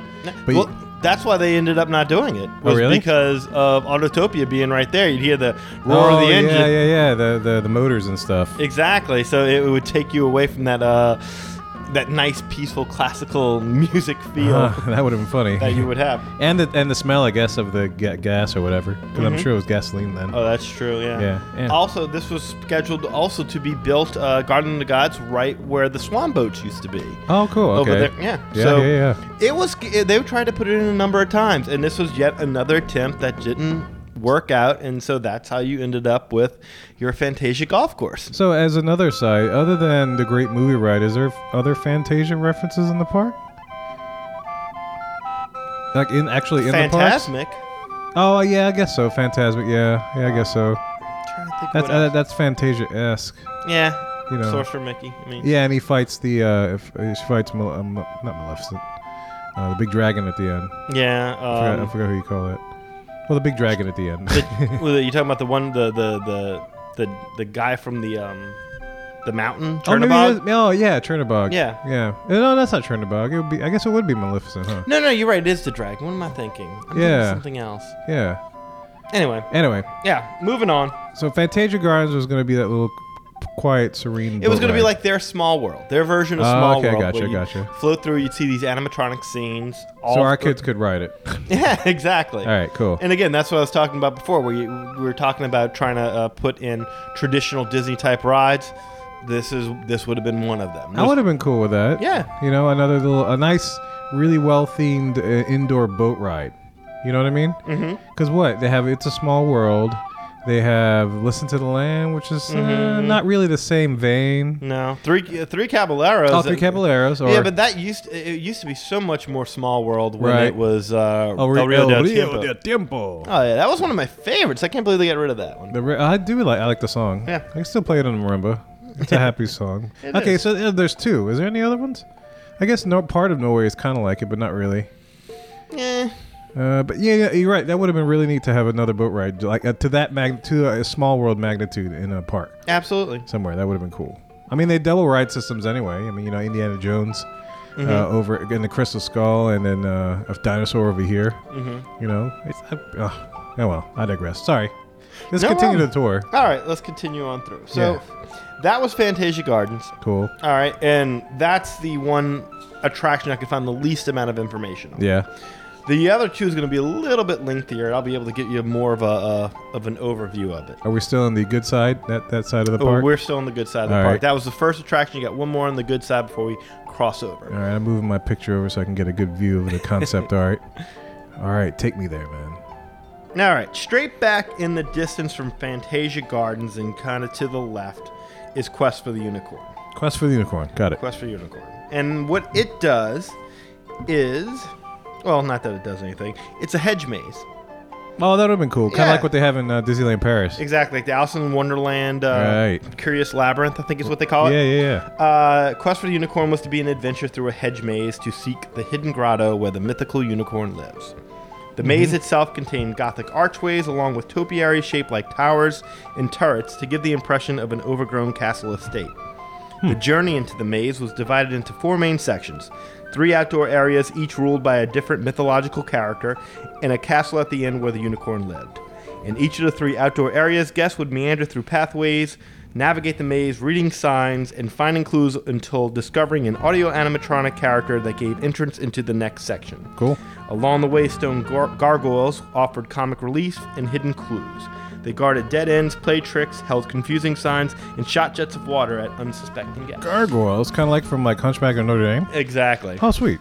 Speaker 1: But
Speaker 2: well,
Speaker 1: you-
Speaker 2: that's why they ended up not doing it. Was
Speaker 1: Oh, really?
Speaker 2: Because of Autotopia being right there. You'd hear the roar of
Speaker 1: Oh,
Speaker 2: the engine.
Speaker 1: Yeah, yeah, yeah. The the, the motors and stuff.
Speaker 2: Exactly. So it would take you away from that uh, that nice, peaceful, classical music feel
Speaker 1: Uh, that would have been funny.
Speaker 2: that you would have.
Speaker 1: and the and the smell, I guess, of the ga- gas or whatever, because I'm sure it was gasoline then.
Speaker 2: Mm-hmm. Oh, that's true. Yeah.
Speaker 1: Yeah, yeah.
Speaker 2: Also, this was scheduled also to be built uh, Garden of the Gods right where the swan boats used to be.
Speaker 1: oh, cool. Okay.
Speaker 2: Over there, yeah.
Speaker 1: Yeah,
Speaker 2: so
Speaker 1: yeah, yeah.
Speaker 2: it was. They tried to put it in a number of times, and this was yet another attempt that didn't work out, and so that's how you ended up with your Fantasia golf course.
Speaker 1: So, as another side, other than the great movie ride, is there other Fantasia references in the park? Like in actually in the
Speaker 2: Fantasmic.
Speaker 1: park? Oh yeah, I guess so. Fantasmic, yeah, yeah, I guess so.
Speaker 2: Trying to think
Speaker 1: That's
Speaker 2: what else.
Speaker 1: uh, that's Fantasia esque,
Speaker 2: yeah.
Speaker 1: you know.
Speaker 2: Sorcerer Mickey. I mean,
Speaker 1: Yeah, and he fights the uh, if, uh, she fights Mal- uh, Mal- not Maleficent, uh, the big dragon at the end.
Speaker 2: Yeah.
Speaker 1: I forgot, I
Speaker 2: Um,
Speaker 1: forgot who you call it. Well, the big dragon at the end.
Speaker 2: the, well, you talking about the one, the the the the, the guy from the um the mountain
Speaker 1: oh, maybe it is-
Speaker 2: Chernabog?
Speaker 1: oh yeah, Chernabog.
Speaker 2: Yeah.
Speaker 1: yeah. No, that's not Chernabog. It would be. I guess it would be Maleficent, huh?
Speaker 2: no, no, you're right. It is the dragon. What am I thinking? I'm thinking
Speaker 1: Yeah.
Speaker 2: something else.
Speaker 1: Yeah.
Speaker 2: Anyway,
Speaker 1: Anyway,
Speaker 2: yeah. Moving on.
Speaker 1: So Fantasia Gardens was going to be that little quiet, serene.
Speaker 2: It was
Speaker 1: boat
Speaker 2: going to be
Speaker 1: ride.
Speaker 2: like their small world, their version of
Speaker 1: Oh,
Speaker 2: small
Speaker 1: okay,
Speaker 2: world.
Speaker 1: gotcha,
Speaker 2: where you'd
Speaker 1: gotcha.
Speaker 2: Float through. You'd see these animatronic scenes. All
Speaker 1: so our
Speaker 2: through-
Speaker 1: kids could ride it.
Speaker 2: Yeah, exactly.
Speaker 1: All right, cool.
Speaker 2: And again, that's what I was talking about before. Where you, we were talking about trying to uh, put in traditional Disney type rides. This is this would have been one of them.
Speaker 1: I would have been cool with that.
Speaker 2: Yeah.
Speaker 1: you know, another little, a nice, really well themed uh, indoor boat ride. You know what I mean? Mm-hmm. Because what they have, it's a small world. They have Listen to the Land, which is uh,
Speaker 2: Mm-hmm.
Speaker 1: not really the same vein.
Speaker 2: No, three uh, three Caballeros.
Speaker 1: Oh, Three Caballeros, or
Speaker 2: Yeah, but that used it used to be so much more small world when
Speaker 1: Right. Oh,
Speaker 2: it was uh,
Speaker 1: El
Speaker 2: El Rio del Tiempo.
Speaker 1: Tiempo.
Speaker 2: Oh yeah, that was one of my favorites. I can't believe they got rid of that one.
Speaker 1: The re- I do like I like the song.
Speaker 2: Yeah.
Speaker 1: I can still play it on marimba. It's a happy song.
Speaker 2: It
Speaker 1: okay,
Speaker 2: is.
Speaker 1: so uh, there's two. Is there any other ones? I guess no part of Norway is kind of like it, but not really.
Speaker 2: Eh,
Speaker 1: Uh, but yeah, yeah, you're right. That would have been really neat to have another boat ride like uh, to that mag to a small world magnitude in a park
Speaker 2: absolutely.
Speaker 1: somewhere. That would have been cool. I mean, they double ride systems anyway. I mean, you know, Indiana Jones.
Speaker 2: Mm-hmm.
Speaker 1: uh, over in the crystal skull, and then uh, a dinosaur over here.
Speaker 2: Mm-hmm.
Speaker 1: You know, it's, uh, oh, oh well, I digress. Sorry. Let's
Speaker 2: No
Speaker 1: continue
Speaker 2: problem.
Speaker 1: the tour.
Speaker 2: All right, let's continue on through. So that was Fantasia Gardens.
Speaker 1: Cool.
Speaker 2: All right, and that's the one attraction I could find the least amount of information. on.
Speaker 1: Yeah.
Speaker 2: The other two is going to be a little bit lengthier, and I'll be able to get you more of a uh, of an overview of it.
Speaker 1: Are we still on the good side? That that side of the
Speaker 2: But
Speaker 1: park.
Speaker 2: Oh, we're still on the good side of the
Speaker 1: All
Speaker 2: park.
Speaker 1: right.
Speaker 2: That was the first attraction. You got one more on the good side before we cross over.
Speaker 1: All right, I'm moving my picture over so I can get a good view of the concept art. All right, take me there, man.
Speaker 2: All right, straight back in the distance from Fantasia Gardens and kind of to the left is Quest for the Unicorn.
Speaker 1: Quest for the unicorn. Got it.
Speaker 2: Quest for Unicorn. And what it does is, well, not that it does anything. It's a hedge maze,
Speaker 1: Oh, that would have been cool. Kind of
Speaker 2: Yeah.
Speaker 1: like what they have in uh, Disneyland Paris.
Speaker 2: exactly like the Alice in Wonderland uh,
Speaker 1: Right.
Speaker 2: Curious Labyrinth, I think is what they call
Speaker 1: Yeah,
Speaker 2: it.
Speaker 1: yeah, yeah.
Speaker 2: Uh, Quest for the Unicorn was to be an adventure through a hedge maze to seek the hidden grotto where the mythical unicorn lives. The maze itself contained gothic archways along with topiaries shaped like towers and turrets to give the impression of an overgrown castle estate. The journey into the maze was divided into four main sections three outdoor areas, each ruled by a different mythological character, and a castle at the end where the unicorn lived. In each of the three outdoor areas, guests would meander through pathways, navigate the maze, reading signs, and finding clues until discovering an audio animatronic character that gave entrance into the next section.
Speaker 1: Cool.
Speaker 2: Along the way, stone gar- gargoyles offered comic relief and hidden clues. They guarded dead ends, played tricks, held confusing signs, and shot jets of water at unsuspecting guests.
Speaker 1: Gargoyles, kind of like from like Hunchback of Notre Dame.
Speaker 2: Exactly.
Speaker 1: Oh, sweet.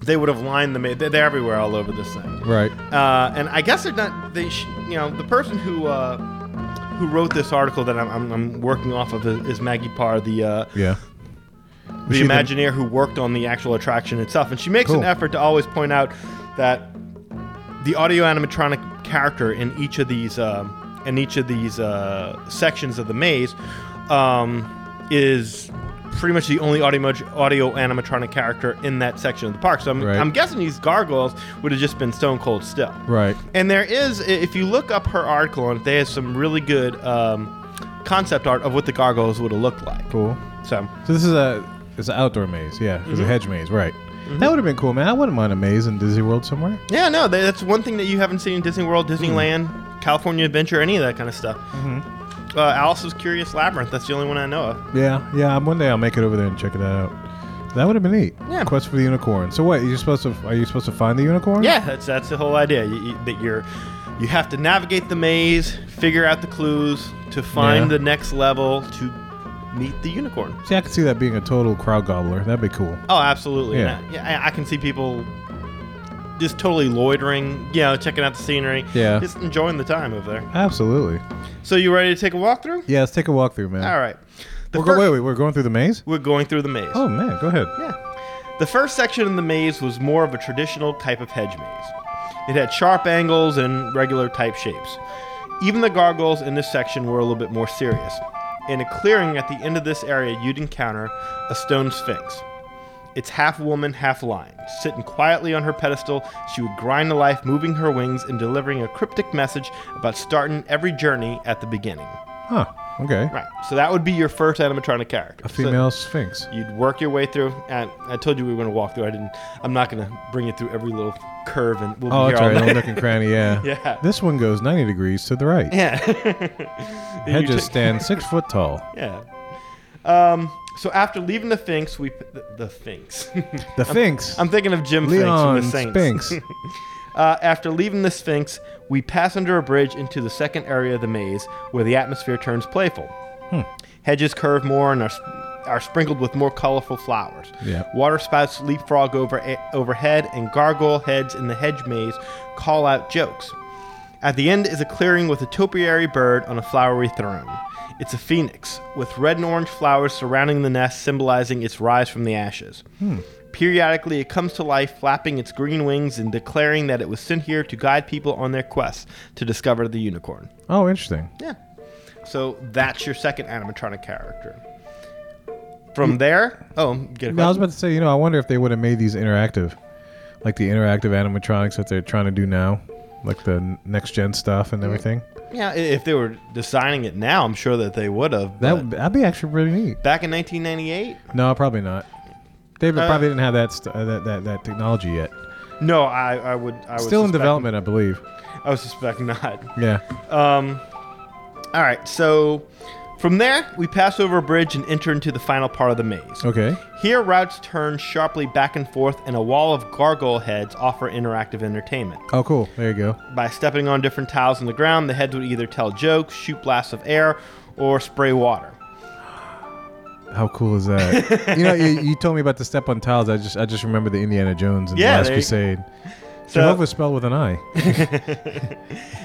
Speaker 2: They would have lined the ma- They're they're everywhere all over this thing.
Speaker 1: Right.
Speaker 2: Uh, and I guess they're not. They, sh- you know, the person who uh, who wrote this article that I'm, I'm, I'm working off of is, is Maggie Parr, the uh,
Speaker 1: Yeah.
Speaker 2: the
Speaker 1: she the-
Speaker 2: Imagineer who worked on the actual attraction itself. And she makes an
Speaker 1: Cool.
Speaker 2: effort to always point out that the audio animatronic character in each of these um in each of these uh, sections of the maze um, is pretty much the only audio audio animatronic character in that section of the park. So I'm,
Speaker 1: Right.
Speaker 2: I'm guessing these gargoyles would have just been stone cold still.
Speaker 1: Right.
Speaker 2: And there is, i- if you look up her article on it, they has some really good um, concept art of what the gargoyles would have looked like.
Speaker 1: Cool.
Speaker 2: So
Speaker 1: So this is a it's an outdoor maze. Yeah,
Speaker 2: Mm-hmm.
Speaker 1: it's a hedge maze. Right. That would have been cool, man. I wouldn't mind a maze in Disney World somewhere.
Speaker 2: Yeah, no, tha- that's one thing that you haven't seen in Disney
Speaker 1: Hmm.
Speaker 2: World, Disneyland, California Adventure, any of that kind of stuff.
Speaker 1: Mm-hmm.
Speaker 2: Uh, Alice's Curious Labyrinth. That's the only one I know of.
Speaker 1: Yeah, yeah. um, One day I'll make it over there and check it out. That would have been neat.
Speaker 2: Yeah.
Speaker 1: Quest for the unicorn. So what? You're supposed to? Are you supposed to find the unicorn?
Speaker 2: Yeah, that's that's the whole idea. You, you, that you're you have to navigate the maze, figure out the clues to find
Speaker 1: Yeah.
Speaker 2: the next level to meet the unicorn.
Speaker 1: See, I could see that being a total crowd gobbler. That'd be cool.
Speaker 2: Oh, absolutely.
Speaker 1: Yeah.
Speaker 2: Yeah, yeah I, I can see people just totally loitering, you know, checking out the scenery.
Speaker 1: Yeah.
Speaker 2: just enjoying the time over there.
Speaker 1: Absolutely.
Speaker 2: So you ready to take a walkthrough?
Speaker 1: Yeah. Let's take a walk through, man.
Speaker 2: All right. The
Speaker 1: We're go-
Speaker 2: fir-
Speaker 1: wait, wait. We're going through the maze.
Speaker 2: We're going through the maze.
Speaker 1: Oh man, go ahead.
Speaker 2: Yeah. The first section in the maze was more of a traditional type of hedge maze. It had sharp angles and regular type shapes. Even the gargoyles in this section were a little bit more serious. In a clearing at the end of this area, you'd encounter a stone sphinx. It's half woman, half lion. Sitting quietly on her pedestal, she would grind to life, moving her wings and delivering a cryptic message about starting every journey at the beginning.
Speaker 1: Huh. Okay.
Speaker 2: Right. So that would be your first animatronic character.
Speaker 1: A
Speaker 2: So-
Speaker 1: female sphinx.
Speaker 2: You'd work your way through. And I told you we were going to walk through. I didn't. I'm not going to bring it through every little curve, and we'll
Speaker 1: Oh,
Speaker 2: be here
Speaker 1: that's
Speaker 2: all
Speaker 1: right. Little
Speaker 2: night.
Speaker 1: nook and cranny. Yeah.
Speaker 2: Yeah.
Speaker 1: This one goes 90 degrees to the right.
Speaker 2: yeah. You
Speaker 1: Hedges
Speaker 2: took-
Speaker 1: stand six foot tall.
Speaker 2: Yeah. Um. So after leaving the Finks, we the, the Finks.
Speaker 1: The Sphinx.
Speaker 2: I'm thinking of Jim
Speaker 1: Leon
Speaker 2: Finks from the Saints.
Speaker 1: Sphinx.
Speaker 2: Uh, after leaving the Sphinx, we pass under a bridge into the second area of the maze where the atmosphere turns playful. Hedges curve more and are, sp- are sprinkled with more colorful flowers.
Speaker 1: Yeah.
Speaker 2: Water spouts leapfrog over eh, overhead, and gargoyle heads in the hedge maze call out jokes. At the end is a clearing with a topiary bird on a flowery throne. It's a phoenix, with red and orange flowers surrounding the nest, symbolizing its rise from the ashes.
Speaker 1: Hmm.
Speaker 2: Periodically, it comes to life, flapping its green wings and declaring that it was sent here to guide people on their quest to discover the unicorn.
Speaker 1: oh, interesting.
Speaker 2: Yeah. So that's your second animatronic character. From there, oh, get a
Speaker 1: No, I Hmm. was
Speaker 2: question.
Speaker 1: about to say, you know, I wonder if they would have made these interactive, like the interactive animatronics that they're trying to do now, like the n- next gen stuff and everything.
Speaker 2: Yeah, i- if they were designing it now, I'm sure that they would have.
Speaker 1: That
Speaker 2: but
Speaker 1: would that'd be actually pretty neat.
Speaker 2: back in 1998,
Speaker 1: No, probably not. David
Speaker 2: Uh,
Speaker 1: probably didn't have that, st- uh, that that that technology yet.
Speaker 2: No, I, I would. I was
Speaker 1: Still in
Speaker 2: suspect-
Speaker 1: development, I believe.
Speaker 2: I would suspect not.
Speaker 1: Yeah.
Speaker 2: Um, all right, so from there, we pass over a bridge and enter into the final part of the maze.
Speaker 1: Okay.
Speaker 2: Here, routes turn sharply back and forth, and a wall of gargoyle heads offer interactive entertainment.
Speaker 1: Oh, cool. There you go.
Speaker 2: By stepping on different tiles on the ground, the heads would either tell jokes, shoot blasts of air, or spray water.
Speaker 1: How cool is that? you know, you, you told me about the step on tiles. I just I just remember the Indiana Jones and
Speaker 2: Yeah,
Speaker 1: the Last
Speaker 2: there you-
Speaker 1: Crusade.
Speaker 2: So-
Speaker 1: Jehovah's spelled with an I.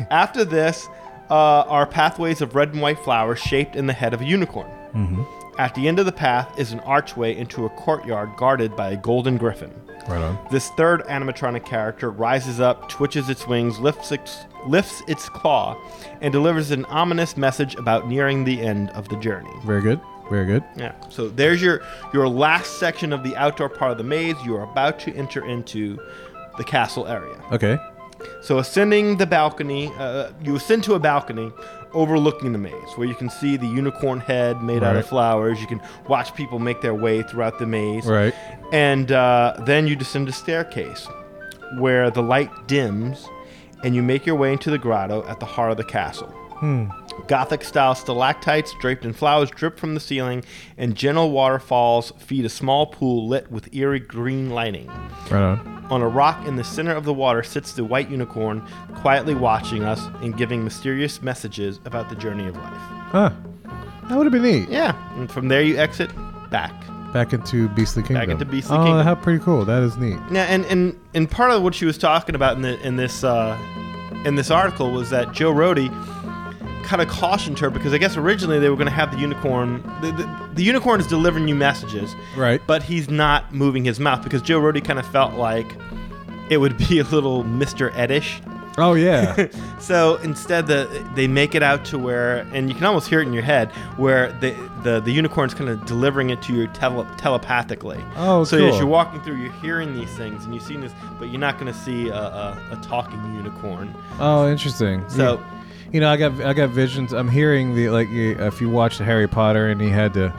Speaker 2: After this, uh, are pathways of red and white flowers shaped in the head of a unicorn.
Speaker 1: Mm-hmm.
Speaker 2: At the end of the path is an archway into a courtyard guarded by a golden griffin.
Speaker 1: Right on.
Speaker 2: This third animatronic character rises up, twitches its wings, lifts its, lifts its claw, and delivers an ominous message about nearing the end of the journey.
Speaker 1: Very good. Very good.
Speaker 2: Yeah. So there's your your last section of the outdoor part of the maze. You are about to enter into the castle area.
Speaker 1: Okay.
Speaker 2: So ascending the balcony, uh, you ascend to a balcony overlooking the maze, where you can see the unicorn head made out
Speaker 1: Right.
Speaker 2: of flowers. You can watch people make their way throughout the maze.
Speaker 1: Right.
Speaker 2: And uh, then you descend a staircase, where the light dims, and you make your way into the grotto at the heart of the castle.
Speaker 1: Hmm.
Speaker 2: Gothic style stalactites draped in flowers drip from the ceiling, and gentle waterfalls feed a small pool lit with eerie green lighting.
Speaker 1: Right on.
Speaker 2: On a rock in the center of the water sits the white unicorn, quietly watching us and giving mysterious messages about the journey of life.
Speaker 1: Huh. That would have been neat.
Speaker 2: Yeah, and from there you exit back.
Speaker 1: Back into Beastly Kingdom.
Speaker 2: into Beastly
Speaker 1: oh,
Speaker 2: Kingdom.
Speaker 1: how pretty cool. That is neat.
Speaker 2: Now, and and and part of what she was talking about in the in this uh, in this article was that Joe Rody kind of cautioned her because I guess originally they were going to have the unicorn. The, the, the unicorn is delivering you messages,
Speaker 1: Right.
Speaker 2: But he's not moving his mouth because Joe Rody kind of felt like it would be a little Mister Eddish.
Speaker 1: Oh yeah.
Speaker 2: So instead, the they make it out to where, and you can almost hear it in your head, where the the, the unicorn's kind of delivering it to you tele, telepathically.
Speaker 1: Oh,
Speaker 2: so
Speaker 1: cool.
Speaker 2: as you're walking through, you're hearing these things and you're seeing this, but you're not going to see a, a, a talking unicorn.
Speaker 1: oh, interesting.
Speaker 2: So-
Speaker 1: You- you know, I got I got visions. I'm hearing the like you- if you watched Harry Potter and he had to.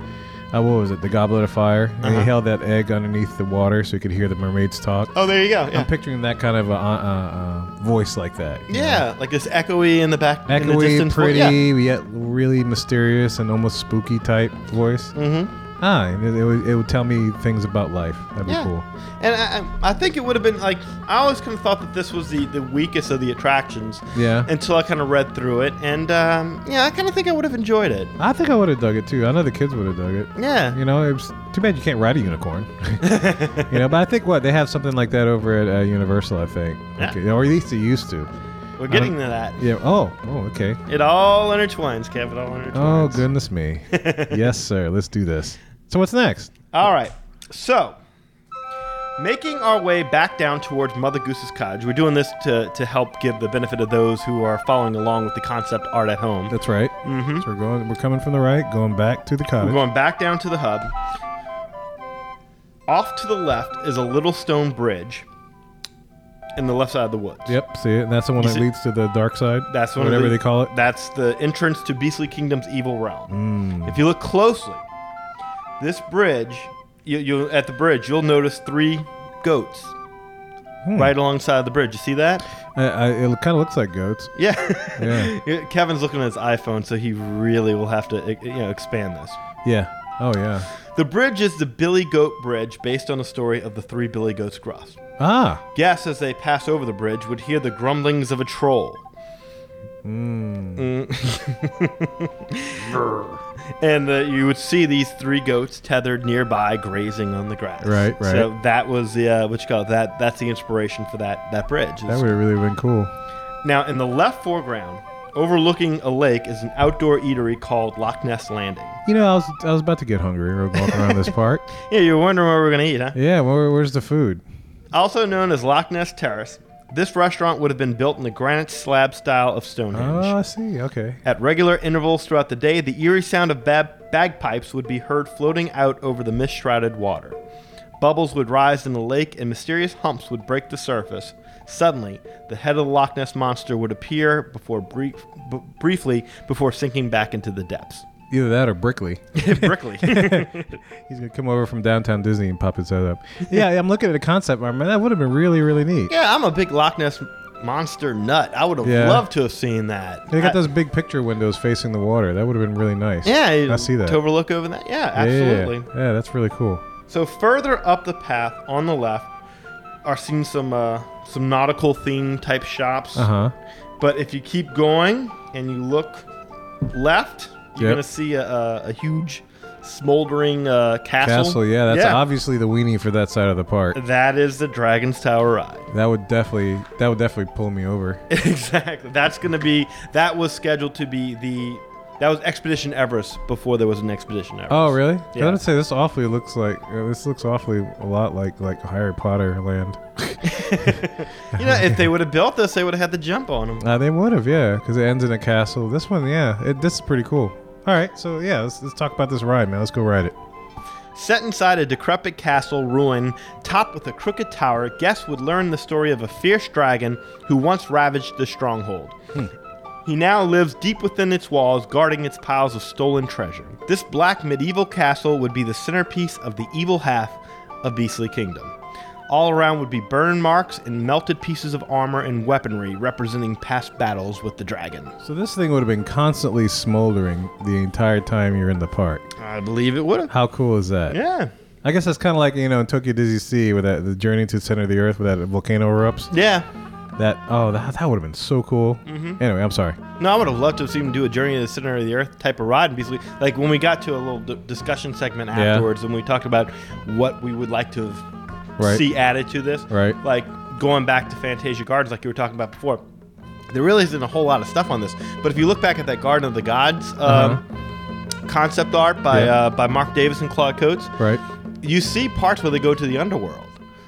Speaker 1: Uh, what was it? The Goblet of Fire, and he
Speaker 2: Uh-huh.
Speaker 1: held that egg underneath the water so he could hear the mermaids talk.
Speaker 2: Oh, there you go. Yeah,
Speaker 1: I'm picturing that kind of a, uh, uh, uh, voice like that. you know?
Speaker 2: yeah like this echoey in the back, in the
Speaker 1: Echoey,
Speaker 2: distance.
Speaker 1: pretty,
Speaker 2: Yeah.
Speaker 1: yet really mysterious and almost spooky type voice.
Speaker 2: Mm-hmm.
Speaker 1: Ah, and it, it would, it would tell me things about life. That'd be
Speaker 2: Yeah.
Speaker 1: cool.
Speaker 2: And I, I I think it would have been like I always kind of thought that this was the, the weakest of the attractions.
Speaker 1: Yeah.
Speaker 2: Until I kind of read through it, and um, yeah, I kind of think I would have enjoyed it.
Speaker 1: I think I would have dug it too. I know the kids would have dug it.
Speaker 2: Yeah.
Speaker 1: You know, it was too bad you can't ride a unicorn. you know, but I think what they have something like that over at uh, Universal. I think,
Speaker 2: Yeah.
Speaker 1: okay. or at least they used to.
Speaker 2: We're getting to that.
Speaker 1: Yeah. Oh. Oh. Okay.
Speaker 2: It all intertwines, Kev. It all intertwines.
Speaker 1: Oh goodness me. yes, sir. Let's do this. So what's next?
Speaker 2: All right. So, making our way back down towards Mother Goose's cottage, we're doing this to, to help give the benefit of those who are following along with the concept art at home.
Speaker 1: That's right. Mm-hmm. So we're going. We're coming from the right, going back to the
Speaker 2: We're
Speaker 1: cottage.
Speaker 2: going back down to the hub. Off to the left is a little stone bridge in the left side of the woods.
Speaker 1: Yep, see it. And that's the one that
Speaker 2: see-
Speaker 1: leads to the dark side.
Speaker 2: That's one of
Speaker 1: whatever
Speaker 2: the-
Speaker 1: they call it.
Speaker 2: That's the entrance to Beastly Kingdom's evil realm.
Speaker 1: Mm.
Speaker 2: If you look closely, this bridge, you, you at the bridge, you'll notice three goats
Speaker 1: Hmm.
Speaker 2: right alongside the bridge. You see that?
Speaker 1: I, Uh, I, it kind of looks like goats.
Speaker 2: Yeah.
Speaker 1: Yeah.
Speaker 2: Yeah, Kevin's looking at his iPhone, so he really will have to eh, you know expand this.
Speaker 1: Yeah. Oh yeah.
Speaker 2: The bridge is the Billy Goat Bridge, based on a story of the three Billy Goats crossed.
Speaker 1: Ah.
Speaker 2: Guests, as they pass over the bridge, would hear the grumblings of a troll.
Speaker 1: Hmm.
Speaker 2: Mm. and uh, you would see these three goats tethered nearby, grazing on the grass.
Speaker 1: Right, right.
Speaker 2: So that was the uh, what you call it, that. That's the inspiration for that that bridge.
Speaker 1: That would have really been cool.
Speaker 2: now, in the left foreground, overlooking a lake, is an outdoor eatery called Loch Ness Landing.
Speaker 1: You know, I was I was about to get hungry or walking around this park.
Speaker 2: Yeah, you're wondering where we're gonna eat, huh?
Speaker 1: Yeah, where, where's the food?
Speaker 2: Also known as Loch Ness Terrace, this restaurant would have been built in the granite slab style of Stonehenge.
Speaker 1: Oh, I see. Okay.
Speaker 2: At regular intervals throughout the day, the eerie sound of bab- bagpipes would be heard floating out over the mist shrouded water. Bubbles would rise in the lake and mysterious humps would break the surface. Suddenly, the head of the Loch Ness monster would appear before brief- b- briefly before sinking back into the depths.
Speaker 1: Either that or Brickley.
Speaker 2: Brickley.
Speaker 1: He's gonna come over from downtown Disney and pop his head up. Yeah, I'm looking at a concept art, man. That would have been really, really neat.
Speaker 2: yeah, I'm a big Loch Ness monster nut. I would have
Speaker 1: Yeah.
Speaker 2: loved to have seen that.
Speaker 1: They got
Speaker 2: I-
Speaker 1: those big picture windows facing the water. That would have been really nice.
Speaker 2: Yeah,
Speaker 1: I see that.
Speaker 2: To overlook over that.
Speaker 1: Yeah,
Speaker 2: Yeah,
Speaker 1: yeah, yeah.
Speaker 2: absolutely.
Speaker 1: Yeah, that's really cool.
Speaker 2: So further up the path on the left are seen some uh, some nautical theme type shops.
Speaker 1: Uh huh.
Speaker 2: But if you keep going and you look left, you're
Speaker 1: Yep.
Speaker 2: gonna see a, a, a huge smoldering uh, castle.
Speaker 1: Castle. Yeah, that's obviously the weenie for that side of the park.
Speaker 2: That is the Dragon's Tower ride.
Speaker 1: That would definitely that would definitely pull me over.
Speaker 2: exactly. That's gonna be that was scheduled to be the that was Expedition Everest before there was an Expedition Everest.
Speaker 1: Oh, really?
Speaker 2: Yeah.
Speaker 1: I would say this awfully looks like uh, this looks awfully a lot like like Harry Potter land.
Speaker 2: You know, if they would have built this, they would have had the jump on them.
Speaker 1: Uh, they would have, yeah, because it ends in a castle. This one, yeah, it, this is pretty cool. All right, so yeah, let's, let's talk about this ride, man. Let's go ride it.
Speaker 2: Set inside a decrepit castle ruin topped with a crooked tower, guests would learn the story of a fierce dragon who once ravaged the stronghold. He now lives deep within its walls, guarding its piles of stolen treasure. This black medieval castle would be the centerpiece of the evil half of Beastly Kingdom. All around would be burn marks and melted pieces of armor and weaponry representing past battles with the dragon.
Speaker 1: So this thing would have been constantly smoldering the entire time you're in the park.
Speaker 2: I believe it would have.
Speaker 1: How cool is that?
Speaker 2: Yeah.
Speaker 1: I guess that's kind of like you know in Tokyo Disney Sea with that the journey to the center of the earth with that volcano erupts.
Speaker 2: Yeah.
Speaker 1: That oh that, that would have been so cool.
Speaker 2: Mm-hmm.
Speaker 1: Anyway, I'm sorry.
Speaker 2: No, I would have loved to have seen him do a journey to the center of the earth type of ride and basically, like when we got to a little d- discussion segment
Speaker 1: Yeah.
Speaker 2: afterwards, and we talked about what we would like to have
Speaker 1: Right.
Speaker 2: see added to this,
Speaker 1: Right.
Speaker 2: Like going back to Fantasia Gardens, like you were talking about before. There really isn't a whole lot of stuff on this, but if you look back at that Garden of the Gods um, concept art by
Speaker 1: Uh-huh. Yeah.
Speaker 2: uh, by Mark Davis and Claude Coates,
Speaker 1: Right.
Speaker 2: you see parts where they go to the underworld.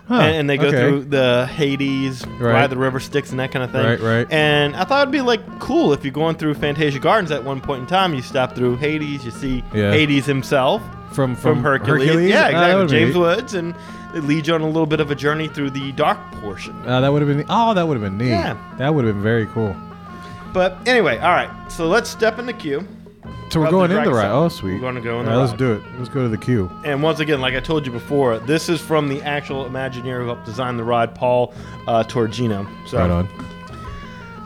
Speaker 1: Huh,
Speaker 2: and, and they go
Speaker 1: okay.
Speaker 2: through the Hades,
Speaker 1: Right.
Speaker 2: ride the river Styx, and that kind of thing.
Speaker 1: Right, right.
Speaker 2: And I thought it'd be like cool if you're going through Fantasia Gardens at one point in time. You stop through Hades, you see
Speaker 1: Yeah.
Speaker 2: Hades himself
Speaker 1: From from,
Speaker 2: from, Hercules.
Speaker 1: Ah, that
Speaker 2: Yeah, exactly.
Speaker 1: would've been
Speaker 2: James
Speaker 1: neat.
Speaker 2: Woods, and it leads you on a little bit of a journey through the dark portion.
Speaker 1: Uh, that would have been oh that would have been neat.
Speaker 2: Yeah.
Speaker 1: That would have been very cool.
Speaker 2: But anyway, all right. So let's step in the queue.
Speaker 1: So we're
Speaker 2: Up the
Speaker 1: going in the
Speaker 2: drag
Speaker 1: ride.
Speaker 2: side.
Speaker 1: Oh sweet.
Speaker 2: We're gonna go in
Speaker 1: All right,
Speaker 2: the
Speaker 1: Let's
Speaker 2: ride.
Speaker 1: do it. Let's go to the queue.
Speaker 2: And once again, like I told you before, this is from the actual Imagineer who helped design the ride, Paul uh, Torgino. So
Speaker 1: Right on.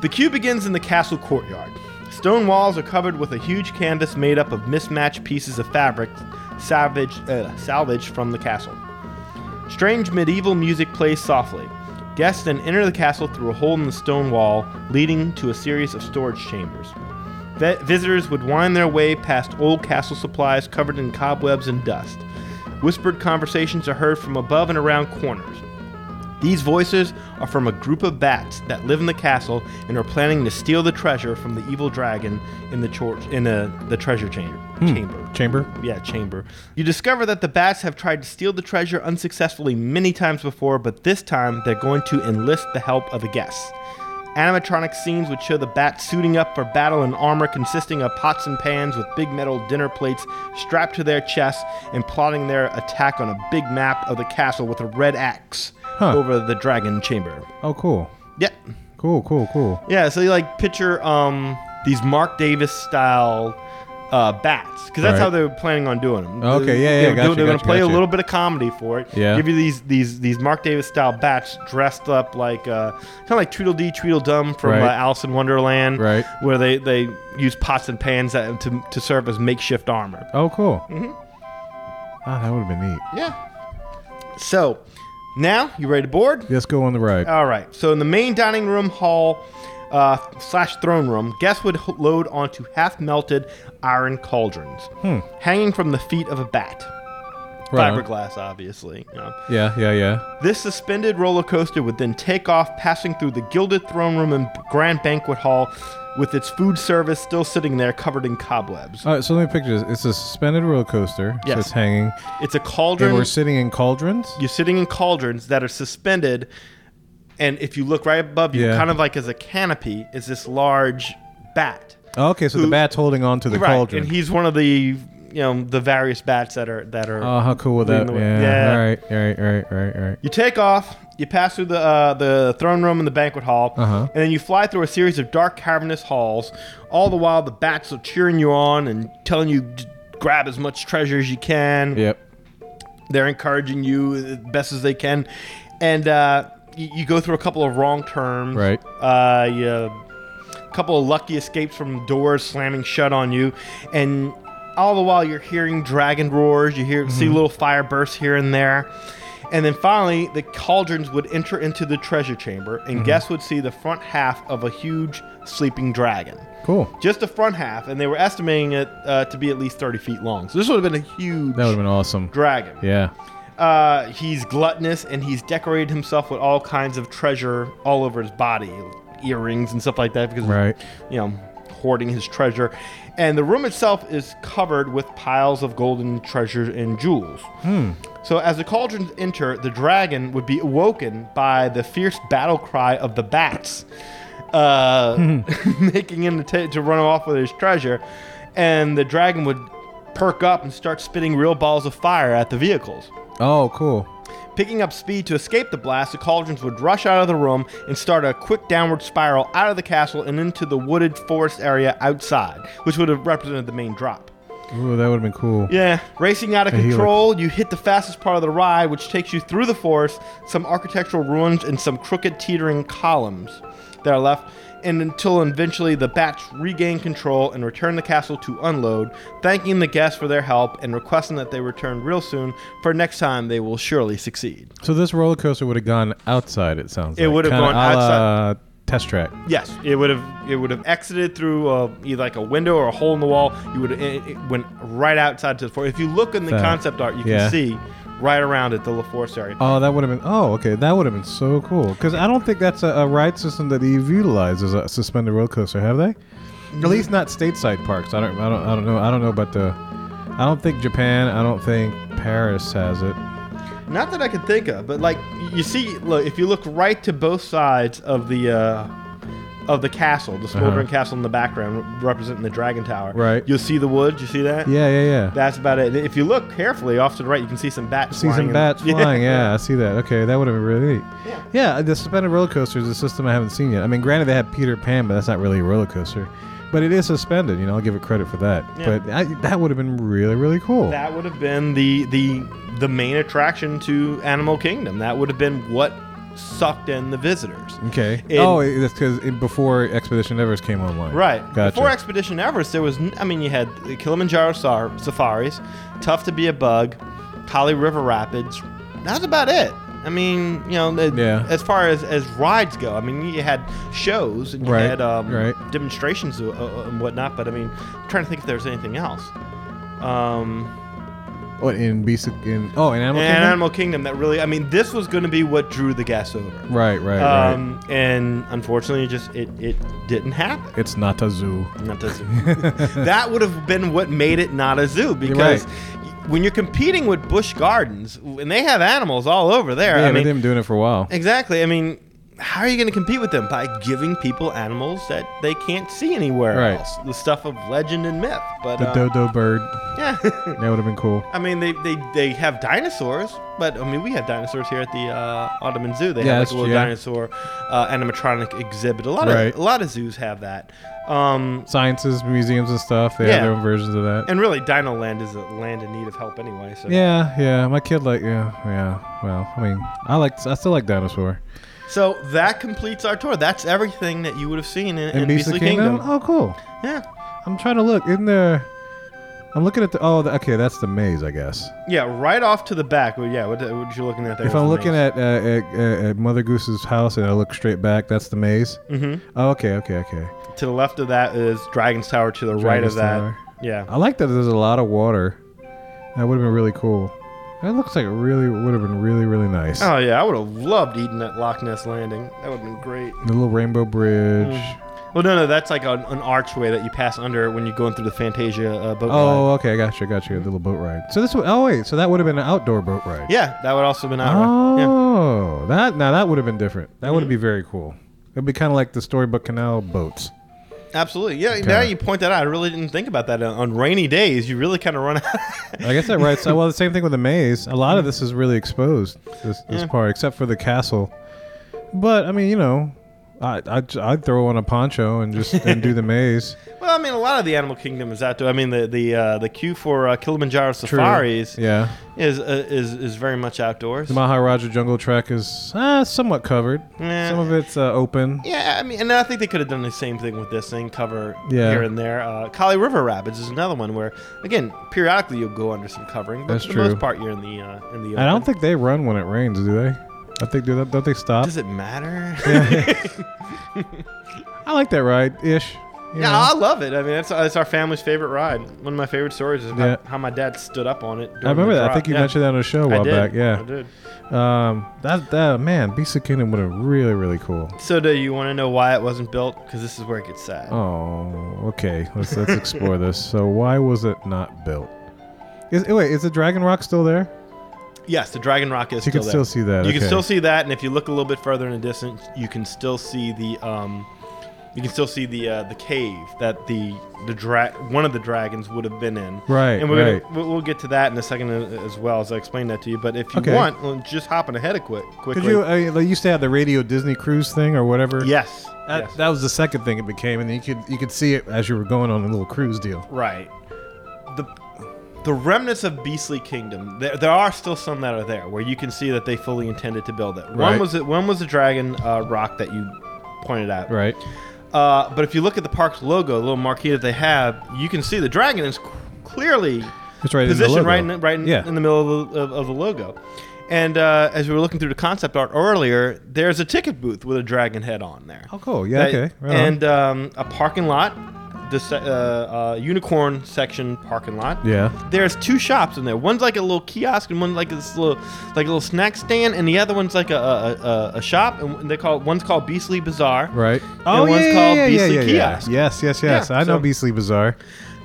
Speaker 2: The queue begins in the castle courtyard. Stone walls are covered with a huge canvas made up of mismatched pieces of fabric salvaged, uh, salvaged from the castle. Strange medieval music plays softly. Guests then enter the castle through a hole in the stone wall, leading to a series of storage chambers. Vi- visitors would wind their way past old castle supplies covered in cobwebs and dust. Whispered conversations are heard from above and around corners. These voices are from a group of bats that live in the castle and are planning to steal the treasure from the evil dragon in the chor- in the, the treasure chamber. chamber.
Speaker 1: Chamber.
Speaker 2: Yeah, chamber. You discover that the bats have tried to steal the treasure unsuccessfully many times before, but this time they're going to enlist the help of the guests. Animatronic scenes would show the bats suiting up for battle in armor consisting of pots and pans with big metal dinner plates strapped to their chests and plotting their attack on a big map of the castle with a red axe
Speaker 1: Huh.
Speaker 2: over the dragon chamber.
Speaker 1: Oh cool.
Speaker 2: Yep.
Speaker 1: Cool. Cool. Cool.
Speaker 2: Yeah, so you like picture um these Mark Davis style uh, bats because that's
Speaker 1: Right.
Speaker 2: how they were planning on doing them.
Speaker 1: Okay, yeah, yeah,
Speaker 2: They,
Speaker 1: gotcha,
Speaker 2: are gonna
Speaker 1: gotcha,
Speaker 2: play
Speaker 1: gotcha.
Speaker 2: a little bit of comedy for it.
Speaker 1: Yeah.
Speaker 2: give you these these these Mark Davis style bats dressed up like uh, kind of like Tweedledee Tweedledum from
Speaker 1: Right.
Speaker 2: uh, Alice in Wonderland,
Speaker 1: Right.
Speaker 2: Where they they use pots and pans that, to to serve as makeshift armor.
Speaker 1: Oh cool.
Speaker 2: Mm-hmm.
Speaker 1: Ah, that would have been neat.
Speaker 2: Yeah. So, now you ready to board?
Speaker 1: Let's go on the ride.
Speaker 2: All right. So in the main dining room hall uh, slash throne room, guests would h- load onto half melted iron cauldrons hanging from the feet of a bat.
Speaker 1: Hmm. Right on.
Speaker 2: Fiberglass, obviously. you know.
Speaker 1: Yeah. Yeah. Yeah.
Speaker 2: This suspended roller coaster would then take off, passing through the gilded throne room and grand banquet hall, with its food service still sitting there covered in cobwebs.
Speaker 1: All right, so let me picture this. It's a suspended roller coaster.
Speaker 2: Yes.
Speaker 1: So it's hanging.
Speaker 2: It's a
Speaker 1: And
Speaker 2: cauldron.
Speaker 1: we're sitting in cauldrons.
Speaker 2: you're sitting in cauldrons that are suspended and if you look right above you
Speaker 1: Yeah.
Speaker 2: kind of like as a canopy is this large bat
Speaker 1: Oh, okay, so the
Speaker 2: Who-
Speaker 1: bat's holding on to the
Speaker 2: right
Speaker 1: cauldron.
Speaker 2: and he's one of the you know the various bats that are that are.
Speaker 1: Oh, how cool would that?
Speaker 2: Leading
Speaker 1: Yeah.
Speaker 2: the way. Yeah.
Speaker 1: All right. All right. All right. All right. All right.
Speaker 2: You take off, you pass through the uh, the throne room and the banquet hall,
Speaker 1: Uh-huh.
Speaker 2: and then you fly through a series of dark cavernous halls. All the while, the bats are cheering you on and telling you to grab as much treasure as you can.
Speaker 1: Yep.
Speaker 2: They're encouraging you as best as they can, and uh, you, you go through a couple of wrong turns.
Speaker 1: Right.
Speaker 2: Uh, you, a couple of lucky escapes from doors slamming shut on you, and all the while you're hearing dragon roars. You hear
Speaker 1: Mm-hmm.
Speaker 2: see little fire bursts here and there, and then finally the cauldrons would enter into the treasure chamber, and
Speaker 1: Mm-hmm.
Speaker 2: guests would see the front half of a huge sleeping dragon.
Speaker 1: Cool.
Speaker 2: Just the front half, and they were estimating it uh, to be at least 30 feet long. So this would have been a huge
Speaker 1: That would have been awesome.
Speaker 2: dragon.
Speaker 1: Yeah.
Speaker 2: Uh, he's gluttonous and he's decorated himself with all kinds of treasure all over his body, earrings and stuff like that because
Speaker 1: Right.
Speaker 2: you know hoarding his treasure. And the room itself is covered with piles of golden treasures and jewels. So as the cauldrons enter, the dragon would be awoken by the fierce battle cry of the bats, uh, making him to, ta to run off with his treasure, and the dragon would perk up and start spitting real balls of fire at the vehicles.
Speaker 1: Oh, cool.
Speaker 2: Picking up speed to escape the blast, the cauldrons would rush out of the room and start a quick downward spiral out of the castle and into the wooded forest area outside, which would have represented the main drop.
Speaker 1: Ooh, that would have been cool.
Speaker 2: Yeah, racing out of
Speaker 1: hear it.
Speaker 2: control, you hit the fastest part of the ride, which takes you through the forest, some architectural ruins, and some crooked, teetering columns that are left, and until eventually the bats regain control and return the castle to unload, thanking the guests for their help and requesting that they return real soon, for next time they will surely succeed.
Speaker 1: So this roller coaster would have gone outside. It sounds.
Speaker 2: It
Speaker 1: like.
Speaker 2: would have
Speaker 1: Kinda
Speaker 2: gone
Speaker 1: a la
Speaker 2: outside.
Speaker 1: Test track.
Speaker 2: Yes, it would have it would have exited through uh either like a window or a hole in the wall. You would it, it went right outside to the forest. If you look in the
Speaker 1: Fair.
Speaker 2: concept art, you can
Speaker 1: Yeah.
Speaker 2: see right around it the La Forest area.
Speaker 1: Oh, that would have been. Oh, okay. That would have been so cool. Because I don't think that's a, a ride system that you've utilized as a suspended roller coaster, have they? At least not stateside parks. I don't. I don't. I don't know. I don't know about the. I don't think Japan. I don't think Paris has it.
Speaker 2: Not that I can think of, but like you see, look if you look right to both sides of the uh, of the castle, the smoldering castle in the background representing the dragon tower.
Speaker 1: Uh-huh. Right.
Speaker 2: You'll see the woods. You see that?
Speaker 1: Yeah, yeah, yeah.
Speaker 2: That's about it. If you look carefully off to the right, you can see some bats.
Speaker 1: See
Speaker 2: flying
Speaker 1: some
Speaker 2: in-
Speaker 1: bats flying. Yeah, I see that. Okay, that would have been really neat.
Speaker 2: Yeah.
Speaker 1: Yeah, the suspended roller coaster is a system I haven't seen yet. I mean, granted, they had Peter Pan, but that's not really a roller coaster. But it is suspended, you know, I'll give it credit for that.
Speaker 2: Yeah.
Speaker 1: But I, that would have been really, really cool.
Speaker 2: That would have been the the the main attraction to Animal Kingdom. That would have been what sucked in the visitors.
Speaker 1: okay.
Speaker 2: In-
Speaker 1: oh, it- that's because before Expedition Everest came online.
Speaker 2: Right.
Speaker 1: Gotcha.
Speaker 2: Before Expedition Everest, there was n- I mean you had the Kilimanjaro sar- safaris, Tough to Be a Bug, Kali River Rapids. That's about it. I mean, you know, the-
Speaker 1: Yeah.
Speaker 2: as far as, as rides go, I mean, you had shows and you
Speaker 1: Right,
Speaker 2: had um,
Speaker 1: right.
Speaker 2: demonstrations uh, uh, and whatnot, but I mean, I'm trying to think if there's anything else. Um,
Speaker 1: what Oh, in Beast in oh in Animal
Speaker 2: and
Speaker 1: Kingdom.
Speaker 2: Animal Kingdom that really I mean this was going to be what drew the guests over.
Speaker 1: right, right, right.
Speaker 2: Um, and unfortunately, it just it it didn't happen.
Speaker 1: It's not a zoo.
Speaker 2: Not a zoo. that would have been what made it not a zoo
Speaker 1: right.
Speaker 2: because y- when you're competing with Busch Gardens and they have animals all over there,
Speaker 1: Yeah,
Speaker 2: I mean,
Speaker 1: they've been doing it for a while.
Speaker 2: exactly. I mean, how are you going to compete with them by giving people animals that they can't see anywhere
Speaker 1: Right.
Speaker 2: else? The stuff of legend and myth. But
Speaker 1: The
Speaker 2: uh,
Speaker 1: dodo bird.
Speaker 2: yeah.
Speaker 1: That would have been cool.
Speaker 2: I mean, they, they, they have dinosaurs, but I mean, we have dinosaurs here at the uh, Ottoman Zoo. They
Speaker 1: Yeah,
Speaker 2: have like
Speaker 1: that's-
Speaker 2: a little
Speaker 1: yeah.
Speaker 2: dinosaur uh, animatronic exhibit. A lot
Speaker 1: Right.
Speaker 2: of a lot of zoos have that. Um,
Speaker 1: Sciences, museums, and stuff. They
Speaker 2: Yeah.
Speaker 1: have their own versions of that.
Speaker 2: and really, Dino Land is a land in need of help anyway. So
Speaker 1: Yeah, yeah. My kid like yeah, yeah. Well, I mean, I like I still like dinosaur.
Speaker 2: so that completes our tour. That's everything that you would have seen in, in
Speaker 1: And Beastly Kingdom? Oh, cool.
Speaker 2: Yeah,
Speaker 1: I'm trying to look in there. I'm looking at the oh, the, okay, that's the maze, I guess.
Speaker 2: yeah, right off to the back. Well, yeah, what, what you looking at there?
Speaker 1: if I'm looking at, uh, at at at Mother Goose's house and I look straight back, that's the maze.
Speaker 2: mm-hmm.
Speaker 1: Oh, okay, okay, okay.
Speaker 2: to the left of that is Dragon's Tower. To the right of
Speaker 1: Dragon's
Speaker 2: that,
Speaker 1: Tower.
Speaker 2: yeah,
Speaker 1: I like that. There's a lot of water. That would have been really cool. That looks like it really would have been really really nice.
Speaker 2: oh yeah, I would have loved eating at Loch Ness Landing. That would have been great.
Speaker 1: The little rainbow bridge.
Speaker 2: Well, no, no, that's like an, an archway that you pass under when you're going through the Fantasia uh, boat ride.
Speaker 1: Oh, okay, I got you, got you. The little boat ride. So this. would- Oh wait, so that would have been an outdoor boat ride.
Speaker 2: Yeah, Uh-huh. that would also be an
Speaker 1: Oh,
Speaker 2: outrun. Mm.
Speaker 1: that now that would have been different. That would be very cool. It'd be kind of like the storybook canal boats.
Speaker 2: Yeah. Absolutely. Yeah.
Speaker 1: Kinda.
Speaker 2: Now you point that out. I really didn't think about that. On on rainy days, you really kind of run out.
Speaker 1: I guess that right. So, well, the same thing with the maze. A lot of this is really exposed. This this part, except for the castle. But I mean, you know, I I'd, I'd throw on a poncho and just and do the maze.
Speaker 2: well, I mean, a lot of the Animal Kingdom is outdoor. I mean, the the uh, the queue for uh, Kilimanjaro safaris
Speaker 1: Yeah,
Speaker 2: is uh, is is very much outdoors.
Speaker 1: the Maharaja Jungle Trek is uh, somewhat covered.
Speaker 2: Yeah.
Speaker 1: Some of it's uh, open.
Speaker 2: yeah, I mean, and I think they could have done the same thing with this thing, cover
Speaker 1: Yeah.
Speaker 2: here and there. Uh, Kali River Rapids is another one where, again, periodically you'll go under some covering, but
Speaker 1: That's
Speaker 2: for the
Speaker 1: true.
Speaker 2: most part you're in the uh, in the. Open.
Speaker 1: I don't think they run when it rains, do they? I think do that. Don't they stop?
Speaker 2: Does it matter?
Speaker 1: I like that ride ish. you
Speaker 2: Yeah,
Speaker 1: know?
Speaker 2: I love it. I mean, that's, that's our family's favorite ride. One of my favorite stories is how,
Speaker 1: Yeah.
Speaker 2: how my dad stood up on it.
Speaker 1: I remember that. I think you mentioned that on a show a while back.
Speaker 2: I
Speaker 1: Yeah.
Speaker 2: did.
Speaker 1: Um, that, that man, Beast of Kingdom would have really, really cool.
Speaker 2: So, do you want to know why it wasn't built? Because this is where it gets sad.
Speaker 1: Oh, okay. Let's let's explore this. So, why was it not built? Is wait, is the Dragon Rock still there?
Speaker 2: Yes, the Dragon Rock is
Speaker 1: So you
Speaker 2: still
Speaker 1: can
Speaker 2: there.
Speaker 1: still see that.
Speaker 2: you can
Speaker 1: okay.
Speaker 2: still see that, and if you look a little bit further in the distance, you can still see the um, you can still see the uh, the cave that the the dra- one of the dragons would have been in.
Speaker 1: Right,
Speaker 2: and we're
Speaker 1: right.
Speaker 2: gonna we'll- we'll get to that in a second a- as well as I explain that to you. But if you
Speaker 1: Okay.
Speaker 2: want, well, just hopping ahead a quick quickly.
Speaker 1: Could you? I mean, they used to have the Radio Disney Cruise thing or whatever.
Speaker 2: yes,
Speaker 1: That,
Speaker 2: yes.
Speaker 1: that was the second thing it became, and you could you could see it as you were going on a little cruise deal.
Speaker 2: Right. The the remnants of Beastly Kingdom. There, there are still some that are there where you can see that they fully intended to build it. One
Speaker 1: Right.
Speaker 2: was it. One was the dragon uh, rock that you pointed out.
Speaker 1: Right.
Speaker 2: Uh, but if you look at the park's logo, the little marquee that they have, you can see the dragon is c- clearly
Speaker 1: It's right in the
Speaker 2: positioned
Speaker 1: logo.
Speaker 2: right in the, right in,
Speaker 1: Yeah.
Speaker 2: in the middle of the, of, of the logo. And uh, as we were looking through the concept art earlier, there's a ticket booth with a dragon head on there.
Speaker 1: Oh, cool. Yeah.
Speaker 2: That-
Speaker 1: okay. Right on.
Speaker 2: and um, a parking lot, the se- uh, uh, unicorn section parking lot.
Speaker 1: yeah.
Speaker 2: There's two shops in there. One's like a little kiosk, and one's like this little, like a little snack stand, and the other one's like a a, a, a shop, and they call it, one's called Beastly Bazaar.
Speaker 1: Right. Oh,
Speaker 2: one's called Beastly Kiosk.
Speaker 1: Yes, yes, yes.
Speaker 2: Yeah,
Speaker 1: I know
Speaker 2: so-
Speaker 1: Beastly Bazaar.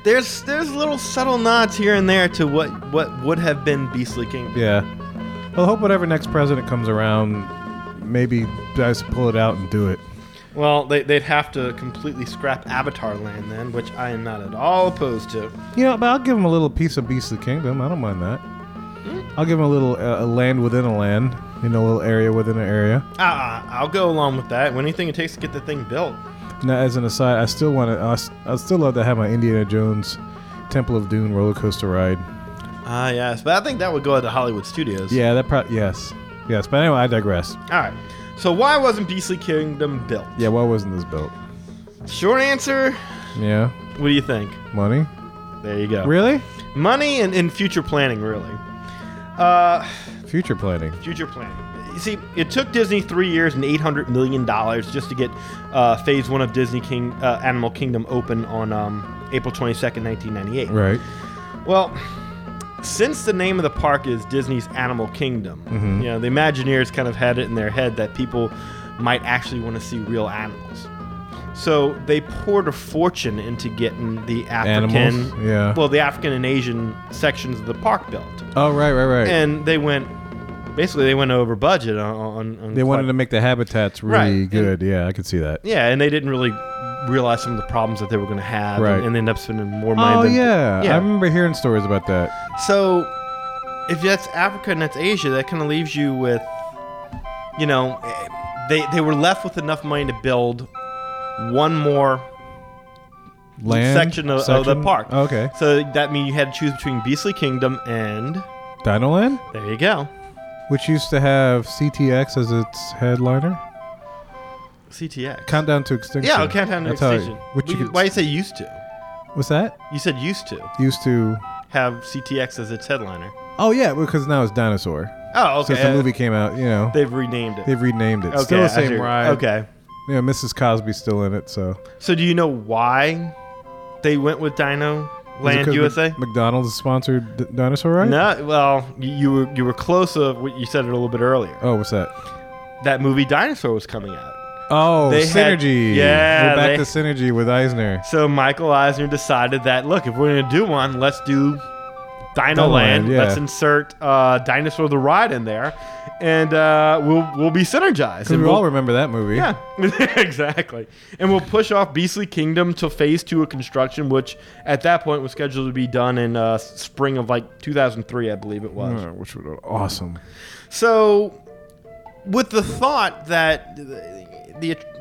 Speaker 2: There's there's little subtle nods here and there to what what would have been Beastly Kingdom.
Speaker 1: Yeah. Well, I hope whatever next president comes around, maybe guys pull it out and do it.
Speaker 2: Well, they, they'd have to completely scrap Avatar Land then, which I am not at all opposed to.
Speaker 1: You know, but I'll give him a little piece of Beastly Kingdom. I don't mind that. I'll give him a little uh, a land within a land, you know, a little area within an area.
Speaker 2: Ah, I'll go along with that. Anything it takes to get the thing built.
Speaker 1: Now, as an aside, I still want to. I s- I'd still love to have my Indiana Jones Temple of Dune roller coaster ride.
Speaker 2: Ah, yes, but I think that would go at the Hollywood Studios.
Speaker 1: Yeah, that probably yes, yes. But anyway, I digress.
Speaker 2: All right. So why wasn't Beastly Kingdom built?
Speaker 1: Yeah, why wasn't this built?
Speaker 2: Short answer.
Speaker 1: Yeah,
Speaker 2: What do you think?
Speaker 1: money.
Speaker 2: There you go.
Speaker 1: Really?
Speaker 2: Money and, and future planning, really. Uh,
Speaker 1: Future planning.
Speaker 2: future planning. You see, it took Disney three years and eight hundred million dollars just to get uh, Phase One of Disney King uh, Animal Kingdom open on um, April twenty second, nineteen ninety eight.
Speaker 1: Right.
Speaker 2: Well, since the name of the park is Disney's Animal Kingdom,
Speaker 1: Mm-hmm.
Speaker 2: you know, the Imagineers kind of had it in their head that people might actually want to see real animals. So they poured a fortune into getting the African,
Speaker 1: Animals. Yeah.
Speaker 2: well, the African and Asian sections of the park built,
Speaker 1: Oh right, right, right.
Speaker 2: and they went basically they went over budget on. on, on
Speaker 1: they wanted
Speaker 2: quite-
Speaker 1: to make the habitats really
Speaker 2: Right,
Speaker 1: good. yeah, I could see that.
Speaker 2: yeah, and they didn't really realize some of the problems that they were going to have,
Speaker 1: Right.
Speaker 2: and, and they ended up spending more money.
Speaker 1: Oh
Speaker 2: than,
Speaker 1: yeah. I remember hearing stories about that.
Speaker 2: So, if that's Africa and that's Asia, that kind of leaves you with, you know, eh, they they were left with enough money to build one more
Speaker 1: Land
Speaker 2: section, of, of the
Speaker 1: section? Oh,
Speaker 2: park.
Speaker 1: Okay.
Speaker 2: So that means you had to choose between Beastly Kingdom and
Speaker 1: Dinoland,
Speaker 2: there you go,
Speaker 1: which used to have CTX as its headliner.
Speaker 2: CTX.
Speaker 1: Countdown to Extinction.
Speaker 2: yeah, okay, countdown to
Speaker 1: That's how it-
Speaker 2: extinction.
Speaker 1: which you
Speaker 2: Well,
Speaker 1: could,
Speaker 2: why you say used to?
Speaker 1: what's that?
Speaker 2: You said used to
Speaker 1: Used to.
Speaker 2: have CTX as its headliner.
Speaker 1: Oh yeah, because now it's Dinosaur.
Speaker 2: Oh, okay.
Speaker 1: Since the movie came out, you know,
Speaker 2: They've renamed it.
Speaker 1: they've renamed it.
Speaker 2: okay,
Speaker 1: Still
Speaker 2: I
Speaker 1: the same
Speaker 2: hear you.
Speaker 1: ride.
Speaker 2: Okay.
Speaker 1: You know, Mrs. Cosby's still in it, so.
Speaker 2: So do you know why they went with Dino
Speaker 1: Is it
Speaker 2: Land
Speaker 1: 'cause
Speaker 2: USA?
Speaker 1: Mc- McDonald's sponsored d- Dinosaur Ride.
Speaker 2: No, well, you, you were you were close of what you said it a little bit earlier.
Speaker 1: Oh, what's that?
Speaker 2: That movie Dinosaur was coming out.
Speaker 1: Oh,
Speaker 2: They had-
Speaker 1: synergy.
Speaker 2: Yeah,
Speaker 1: we're back
Speaker 2: they-
Speaker 1: to synergy with Eisner.
Speaker 2: So Michael Eisner decided that look, if we're gonna do one, let's do Dino Land.
Speaker 1: Land, yeah.
Speaker 2: Let's insert uh, Dinosaur the Ride in there, and uh, we'll we'll be synergized.
Speaker 1: we
Speaker 2: And
Speaker 1: all
Speaker 2: we'll-
Speaker 1: remember that movie.
Speaker 2: yeah, exactly. And we'll push off Beastly Kingdom to Phase Two of construction, which at that point was scheduled to be done in uh, spring of like 2003, I believe it was.
Speaker 1: Uh, Which would awesome.
Speaker 2: So, with the thought that the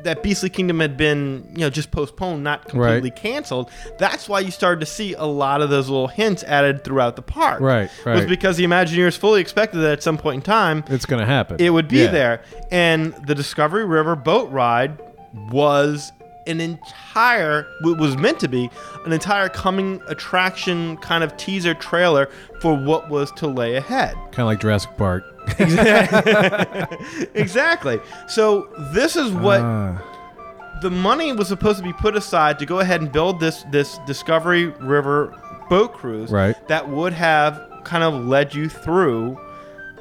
Speaker 2: that Beastly Kingdom had been you know just postponed, not completely
Speaker 1: Right.
Speaker 2: canceled, that's why you started to see a lot of those little hints added throughout the park.
Speaker 1: Right,
Speaker 2: Was
Speaker 1: right.
Speaker 2: because the Imagineers fully expected that at some point in time
Speaker 1: It's gonna happen.
Speaker 2: it would be
Speaker 1: Yeah.
Speaker 2: there. And the Discovery River boat ride was an entire w- was meant to be an entire coming attraction kind of teaser trailer for what was to lay ahead.
Speaker 1: Kind of like Jurassic Park.
Speaker 2: exactly. So this is what
Speaker 1: Ah.
Speaker 2: the money was supposed to be put aside to go ahead and build this this Discovery River boat cruise
Speaker 1: Right.
Speaker 2: that would have kind of led you through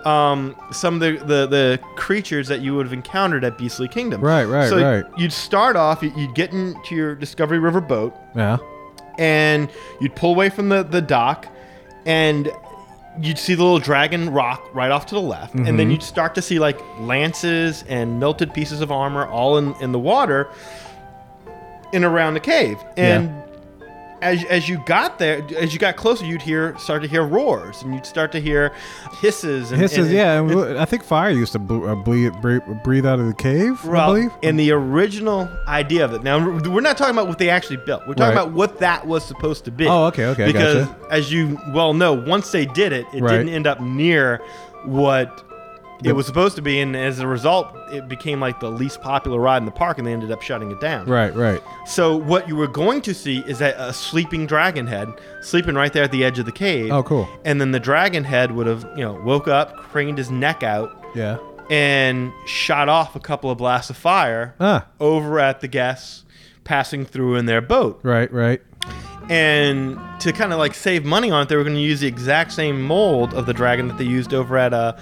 Speaker 2: um, some of the, the, the creatures that you would have encountered at Beastly Kingdom.
Speaker 1: Right, right,
Speaker 2: so
Speaker 1: right.
Speaker 2: You'd start off, you- you'd get into your Discovery River boat,
Speaker 1: yeah.
Speaker 2: and you'd pull away from the, the dock and you'd see the little dragon rock right off to the left and then you'd start to see like lances and melted pieces of armor all in, in the water and around the cave and as, as you got there as you got closer you'd hear start to hear roars and you'd start to hear hisses and
Speaker 1: This is
Speaker 2: and-
Speaker 1: yeah. and w- I think fire used to ble- uh, ble- bre- breathe out of the cave. I
Speaker 2: Well,
Speaker 1: believe.
Speaker 2: in the original idea of it. Now we're not talking about what they actually built. We're talking
Speaker 1: Right.
Speaker 2: about what that was supposed to be.
Speaker 1: Oh, okay, okay, I
Speaker 2: Because
Speaker 1: gotcha.
Speaker 2: as you well know, once they did it, it
Speaker 1: Right.
Speaker 2: didn't end up near what it
Speaker 1: The-
Speaker 2: was supposed to be, and as a result, it became like the least popular ride in the park, and they ended up shutting it down.
Speaker 1: right, right.
Speaker 2: So what you were going to see is that a sleeping dragon head sleeping right there at the edge of the cave.
Speaker 1: Oh, cool.
Speaker 2: And then the dragon head would have, you know, woke up, craned his neck out,
Speaker 1: Yeah.
Speaker 2: and shot off a couple of blasts of fire
Speaker 1: Ah.
Speaker 2: over at the guests passing through in their boat.
Speaker 1: Right, right.
Speaker 2: And to kind of like save money on it, they were going to use the exact same mold of the dragon that they used over at uh,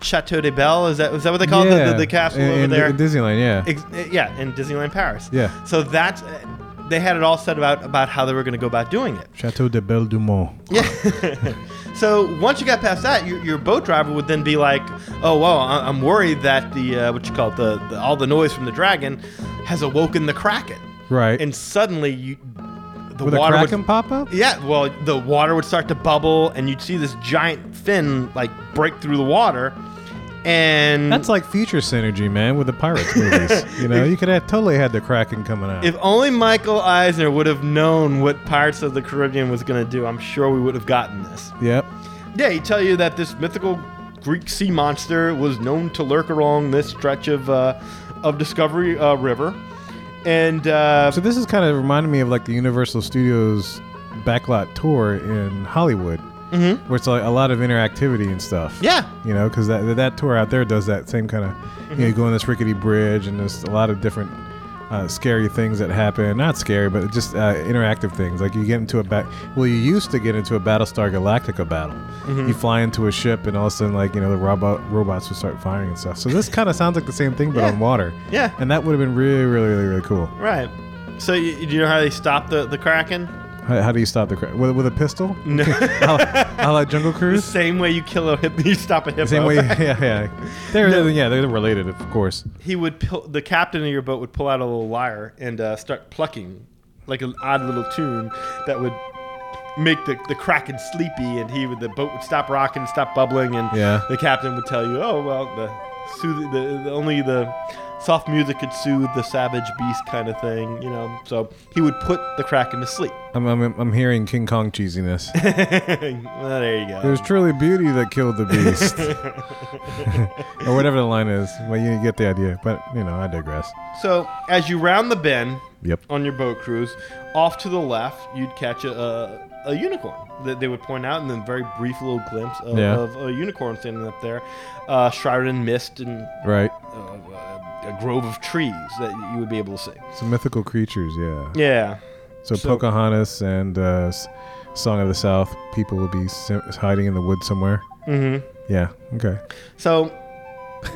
Speaker 2: Chateau de Belle. Is that is that what they call it? The- The, the castle
Speaker 1: in,
Speaker 2: over
Speaker 1: in-
Speaker 2: there?
Speaker 1: in Disneyland. Yeah.
Speaker 2: Ex- eh, yeah, in Disneyland Paris.
Speaker 1: Yeah.
Speaker 2: So that's they had it all set about about how they were going to go about doing it.
Speaker 1: Chateau de Belle Dumont.
Speaker 2: Yeah. so once you got past that, your, your boat driver would then be like, "Oh, well, I- I'm worried that the uh, what you call it, the, the all the noise from the dragon has awoken the kraken."
Speaker 1: Right.
Speaker 2: And suddenly you, the
Speaker 1: With a
Speaker 2: water
Speaker 1: kraken
Speaker 2: would.
Speaker 1: pop up.
Speaker 2: Yeah, well, the water would start to bubble, and you'd see this giant fin like break through the water, and
Speaker 1: That's like future synergy, man, with the pirates movies. You know, you could have totally had the kraken coming out.
Speaker 2: If only Michael Eisner would have known what Pirates of the Caribbean was going to do, I'm sure we would have gotten this.
Speaker 1: yep.
Speaker 2: Yeah, he tell you that this mythical Greek sea monster was known to lurk along this stretch of uh, of Discovery uh, River, and uh,
Speaker 1: So this is kind of reminding me of like the Universal Studios backlot tour in Hollywood,
Speaker 2: Mm-hmm.
Speaker 1: where it's like a lot of interactivity and stuff.
Speaker 2: yeah,
Speaker 1: You know, because that that tour out there does that same kind of. You know,
Speaker 2: Mm-hmm.
Speaker 1: you go on this rickety bridge, and there's a lot of different uh, scary things that happen. Not scary, but just uh, interactive things. Like you get into a bat. Well, you used to get into a Battlestar Galactica battle.
Speaker 2: Mm-hmm.
Speaker 1: You fly into a ship, and all of a sudden, like you know, the robot robots would start firing and stuff. So this kind of sounds like the same thing, but
Speaker 2: Yeah.
Speaker 1: on water.
Speaker 2: Yeah.
Speaker 1: And that would have been really, really, really, really cool.
Speaker 2: right. So you, you know how they stopped the the kraken?
Speaker 1: How, how do you stop the cra With, with a pistol? No. I like Jungle
Speaker 2: The
Speaker 1: Cruise.
Speaker 2: same way you kill a hip, you stop a hippo.
Speaker 1: Same way, yeah, yeah. They're, yeah, they're related, of course.
Speaker 2: he would pull, the captain of your boat would pull out a little lyre and uh, start plucking like an odd little tune that would make the, the kraken sleepy and he would the boat would stop rocking stop bubbling and
Speaker 1: Yeah.
Speaker 2: the captain would tell you oh well the, sooth- the, the only the soft music could soothe the savage beast kind of thing you know so he would put the kraken to sleep
Speaker 1: I'm, I'm, I'm hearing King Kong cheesiness.
Speaker 2: well, there you go
Speaker 1: There's truly beauty that killed the beast, or whatever the line is. Well, you get the idea. But you know, I digress.
Speaker 2: so as you round the bend
Speaker 1: Yep.
Speaker 2: on your boat cruise, off to the left, you'd catch a, a, a unicorn that they would point out, and then very brief little glimpse of,
Speaker 1: Yeah.
Speaker 2: of a unicorn standing up there, uh, shrouded in mist and
Speaker 1: Right.
Speaker 2: uh, a grove of trees that you would be able to see.
Speaker 1: Some mythical creatures. Yeah.
Speaker 2: Yeah.
Speaker 1: So,
Speaker 2: So-
Speaker 1: Pocahontas and uh, S- Song of the South. People will be sim- hiding in the woods somewhere.
Speaker 2: Mm-hmm.
Speaker 1: Yeah. Okay.
Speaker 2: So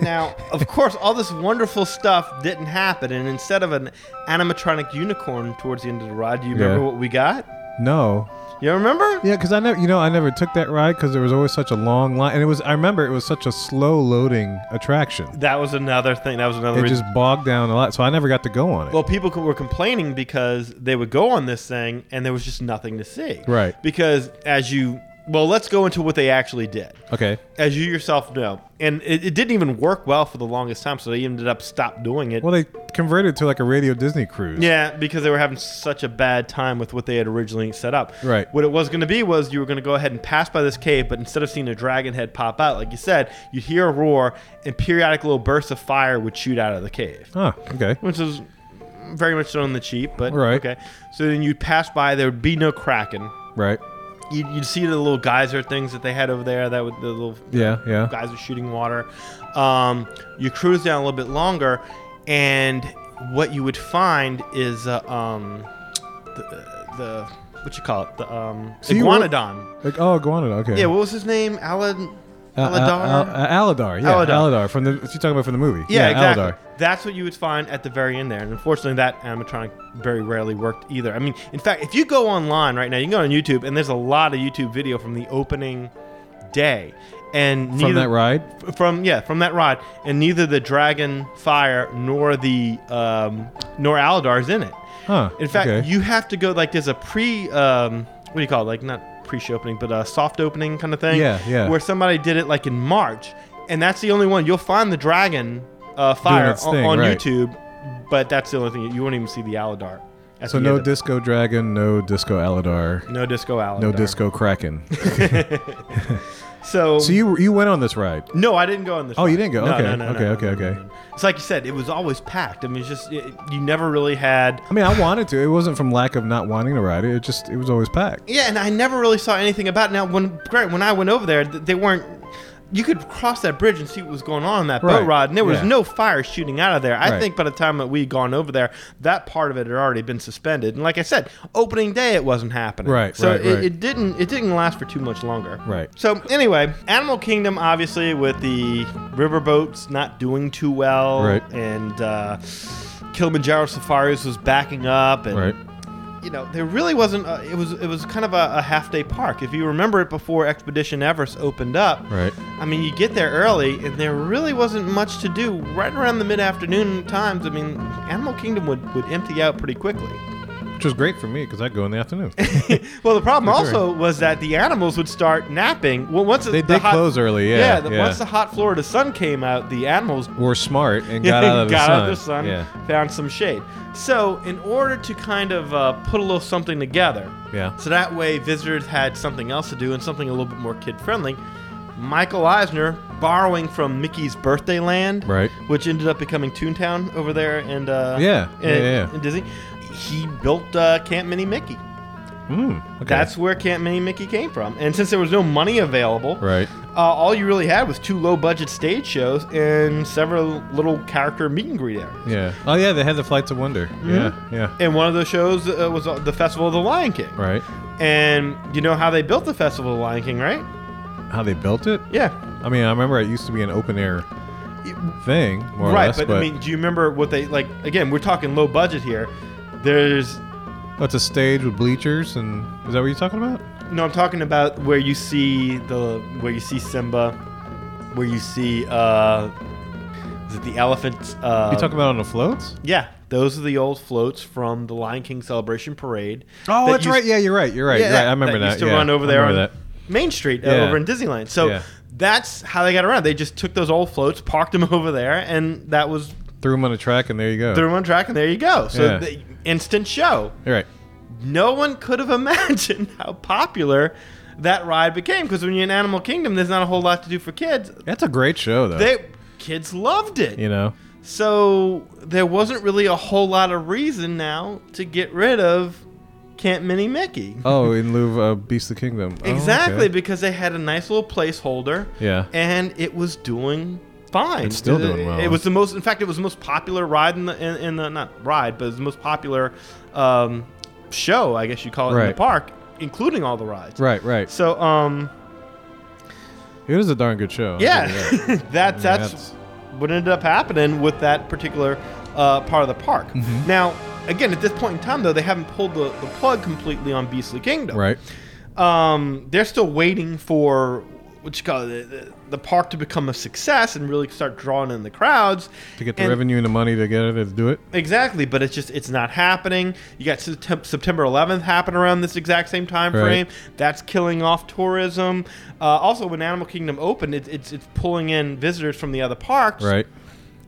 Speaker 2: now, of course, all this wonderful stuff didn't happen, and instead of an animatronic unicorn towards the end of the ride, do you remember
Speaker 1: Yeah.
Speaker 2: what we got?
Speaker 1: No.
Speaker 2: You remember?
Speaker 1: Yeah, because I never, you know, I never took that ride because there was always such a long line, and it was. I remember it was such a slow loading attraction.
Speaker 2: That was another thing. That was another
Speaker 1: It
Speaker 2: reason.
Speaker 1: just bogged down a lot, so I never got to go on it.
Speaker 2: Well, people co- were complaining because they would go on this thing and there was just nothing to see.
Speaker 1: Right.
Speaker 2: Because as you, well, let's go into what they actually did.
Speaker 1: okay.
Speaker 2: As you yourself know, and it, it didn't even work well for the longest time, so they ended up stop doing it.
Speaker 1: Well, they converted to like a Radio Disney cruise.
Speaker 2: yeah, because they were having such a bad time with what they had originally set up.
Speaker 1: Right.
Speaker 2: What it was going to be was you were going to go ahead and pass by this cave, but instead of seeing a dragon head pop out, like you said, you'd hear a roar and periodic little bursts of fire would shoot out of the cave.
Speaker 1: Ah, okay.
Speaker 2: which is very much so on the cheap, but
Speaker 1: Right.
Speaker 2: okay. So then you'd pass by, there would be no kraken.
Speaker 1: Right.
Speaker 2: You'd, you'd see the little geyser things that they had over there. That would the little
Speaker 1: Yeah, yeah.
Speaker 2: guys were shooting water. Um, you cruise down a little bit longer, and what you would find is uh, um, the, the what you call it the um,
Speaker 1: So you were-
Speaker 2: iguanodon.
Speaker 1: Like, oh, Guanadon. Okay.
Speaker 2: yeah, what was his name? Alan.
Speaker 1: Uh,
Speaker 2: Aladar.
Speaker 1: Al- Al- Aladar. Yeah,
Speaker 2: Aladar.
Speaker 1: Aladar. From the, what you talking about from the movie?
Speaker 2: Yeah, exactly.
Speaker 1: Aladar.
Speaker 2: That's what you would find at the very end there. And unfortunately, that animatronic very rarely worked either. I mean, in fact, if you go online right now, you can go on YouTube, and there's a lot of YouTube video from the opening day. And neither,
Speaker 1: From that ride.
Speaker 2: f- from yeah, from that rod, and neither the dragon fire nor the um, nor Aladar is in it.
Speaker 1: Huh.
Speaker 2: In fact,
Speaker 1: okay.
Speaker 2: you have to go like there's a pre um, what do you call it? Like not pre-show opening, but a soft opening kind of thing.
Speaker 1: Yeah, yeah.
Speaker 2: Where somebody did it like in March, and that's the only one you'll find the dragon uh, fire
Speaker 1: its
Speaker 2: on,
Speaker 1: thing,
Speaker 2: on
Speaker 1: right.
Speaker 2: YouTube, but that's the only thing you won't even see the Aladar. at
Speaker 1: so
Speaker 2: the
Speaker 1: no
Speaker 2: end of-
Speaker 1: Disco Dragon, no Disco Aladar,
Speaker 2: no disco Aladar.
Speaker 1: no Disco Kraken.
Speaker 2: So,
Speaker 1: so you you went on this ride.
Speaker 2: no, I didn't go on this.
Speaker 1: Oh, you
Speaker 2: ride.
Speaker 1: didn't go?
Speaker 2: No,
Speaker 1: Okay,
Speaker 2: no, no, no,
Speaker 1: okay,
Speaker 2: no,
Speaker 1: okay,
Speaker 2: no, no,
Speaker 1: okay.
Speaker 2: no. It's like you said, it was always packed. I mean, it's just it, you never really had
Speaker 1: I mean, I wanted to. It wasn't from lack of not wanting to ride it. It just it was always packed.
Speaker 2: Yeah, and I never really saw anything about it. Now, when great, when I went over there, th- they weren't. You could cross that bridge and see what was going on in that boat
Speaker 1: Right,
Speaker 2: ride, and there was
Speaker 1: yeah.
Speaker 2: no fire shooting out of there. I
Speaker 1: Right.
Speaker 2: think by the time that we'd gone over there, that part of it had already been suspended. And like I said, opening day, it wasn't happening.
Speaker 1: Right,
Speaker 2: So
Speaker 1: right,
Speaker 2: it,
Speaker 1: right.
Speaker 2: it didn't. It didn't last for too much longer.
Speaker 1: Right.
Speaker 2: So anyway, Animal Kingdom, obviously, with the riverboats not doing too well,
Speaker 1: Right.
Speaker 2: and uh, Kilimanjaro Safaris was backing up, and
Speaker 1: Right.
Speaker 2: you know, there really wasn't. A, it was it was kind of a, a half day park. If you remember it before Expedition Everest opened up,
Speaker 1: Right.
Speaker 2: I mean, you get there early, and there really wasn't much to do. Right around the mid afternoon times, I mean, Animal Kingdom would would empty out pretty quickly.
Speaker 1: Which was great for me because I'd go in the afternoon.
Speaker 2: Well, the problem
Speaker 1: For sure.
Speaker 2: also was that the animals would start napping. Well, once
Speaker 1: They
Speaker 2: the
Speaker 1: did
Speaker 2: hot-
Speaker 1: close early. Yeah.
Speaker 2: the, once the hot Florida sun came out, the animals
Speaker 1: Were smart and got out of the
Speaker 2: got
Speaker 1: sun.
Speaker 2: out of the sun,
Speaker 1: Yeah.
Speaker 2: found some shade. So, in order to kind of uh, put a little something together,
Speaker 1: Yeah.
Speaker 2: So that way, visitors had something else to do and something a little bit more kid friendly. Michael Eisner, borrowing from Mickey's Birthday Land,
Speaker 1: Right.
Speaker 2: which ended up becoming Toontown over there, and uh,
Speaker 1: Yeah, yeah,
Speaker 2: in,
Speaker 1: yeah, yeah.
Speaker 2: in Disney, he built uh, Camp Mini Mickey.
Speaker 1: Mm, okay.
Speaker 2: Hmm, That's where Camp Mini Mickey came from. And since there was no money available,
Speaker 1: right.
Speaker 2: uh, all you really had was two low budget stage shows and several little character meet and greet areas.
Speaker 1: Yeah. Oh yeah, they had the Flights of Wonder. Yeah. Yeah.
Speaker 2: And one of those shows uh, was uh, the Festival of the Lion King.
Speaker 1: Right.
Speaker 2: And you know how they built the Festival of the Lion King, right?
Speaker 1: How they built it?
Speaker 2: Yeah,
Speaker 1: I mean, I remember it used to be an open air thing, more or
Speaker 2: right,
Speaker 1: less.
Speaker 2: but, I mean, do you remember what they like? Again, we're talking low budget here. There's
Speaker 1: that's a stage with bleachers, and is that what you're talking about?
Speaker 2: no, I'm talking about where you see the where you see Simba, where you see uh, is it the elephants? Uh,
Speaker 1: you talking about on the floats?
Speaker 2: yeah, those are the old floats from the Lion King Celebration Parade.
Speaker 1: Oh,
Speaker 2: that
Speaker 1: that's
Speaker 2: used-
Speaker 1: right. Yeah, you're right. You're right.
Speaker 2: Yeah,
Speaker 1: you're right. I remember that.
Speaker 2: Used to
Speaker 1: yeah.
Speaker 2: run over
Speaker 1: I
Speaker 2: there on
Speaker 1: remember
Speaker 2: Main Street uh,
Speaker 1: Yeah.
Speaker 2: over in Disneyland. So
Speaker 1: Yeah.
Speaker 2: that's how they got around. They just took those old floats, parked them over there, and that was
Speaker 1: that. Threw them on a track, and there you go.
Speaker 2: threw them on track, and there you go. So
Speaker 1: Yeah.
Speaker 2: the instant show.
Speaker 1: You're right.
Speaker 2: no one could have imagined how popular that ride became because when you're in Animal Kingdom, there's not a whole lot to do for kids.
Speaker 1: That's a great show, though.
Speaker 2: They kids loved it.
Speaker 1: you know.
Speaker 2: So there wasn't really a whole lot of reason now to get rid of Camp Mini Mickey.
Speaker 1: Oh, in lieu of uh, Beast of the Kingdom. Oh,
Speaker 2: exactly
Speaker 1: okay.
Speaker 2: because they had a nice little placeholder.
Speaker 1: Yeah.
Speaker 2: And it was doing fine.
Speaker 1: It's still doing
Speaker 2: It-
Speaker 1: well.
Speaker 2: It was the most. In fact, it was the most popular ride in the in, in the not ride, but it was the most popular um, show, I guess you call it, in the
Speaker 1: Right.
Speaker 2: park, including all the rides.
Speaker 1: Right, right.
Speaker 2: So, um,
Speaker 1: It is a darn good show. I'll
Speaker 2: yeah,
Speaker 1: give you that.
Speaker 2: that's, that's
Speaker 1: that's-
Speaker 2: what ended up happening with that particular uh, part of the park. Now, again, at this point in time, though, they haven't pulled the, the plug completely on Beastly Kingdom.
Speaker 1: Right.
Speaker 2: um, they're still waiting for what you call it, the, the park to become a success and really start drawing in the crowds
Speaker 1: to get the
Speaker 2: And-
Speaker 1: revenue and the money together to do it.
Speaker 2: Exactly, but it's just it's not happening. You got Septem- September 11th happen around this exact same time
Speaker 1: Right.
Speaker 2: frame. That's killing off tourism. Uh, also, when Animal Kingdom opened, it, it's it's pulling in visitors from the other parks.
Speaker 1: Right.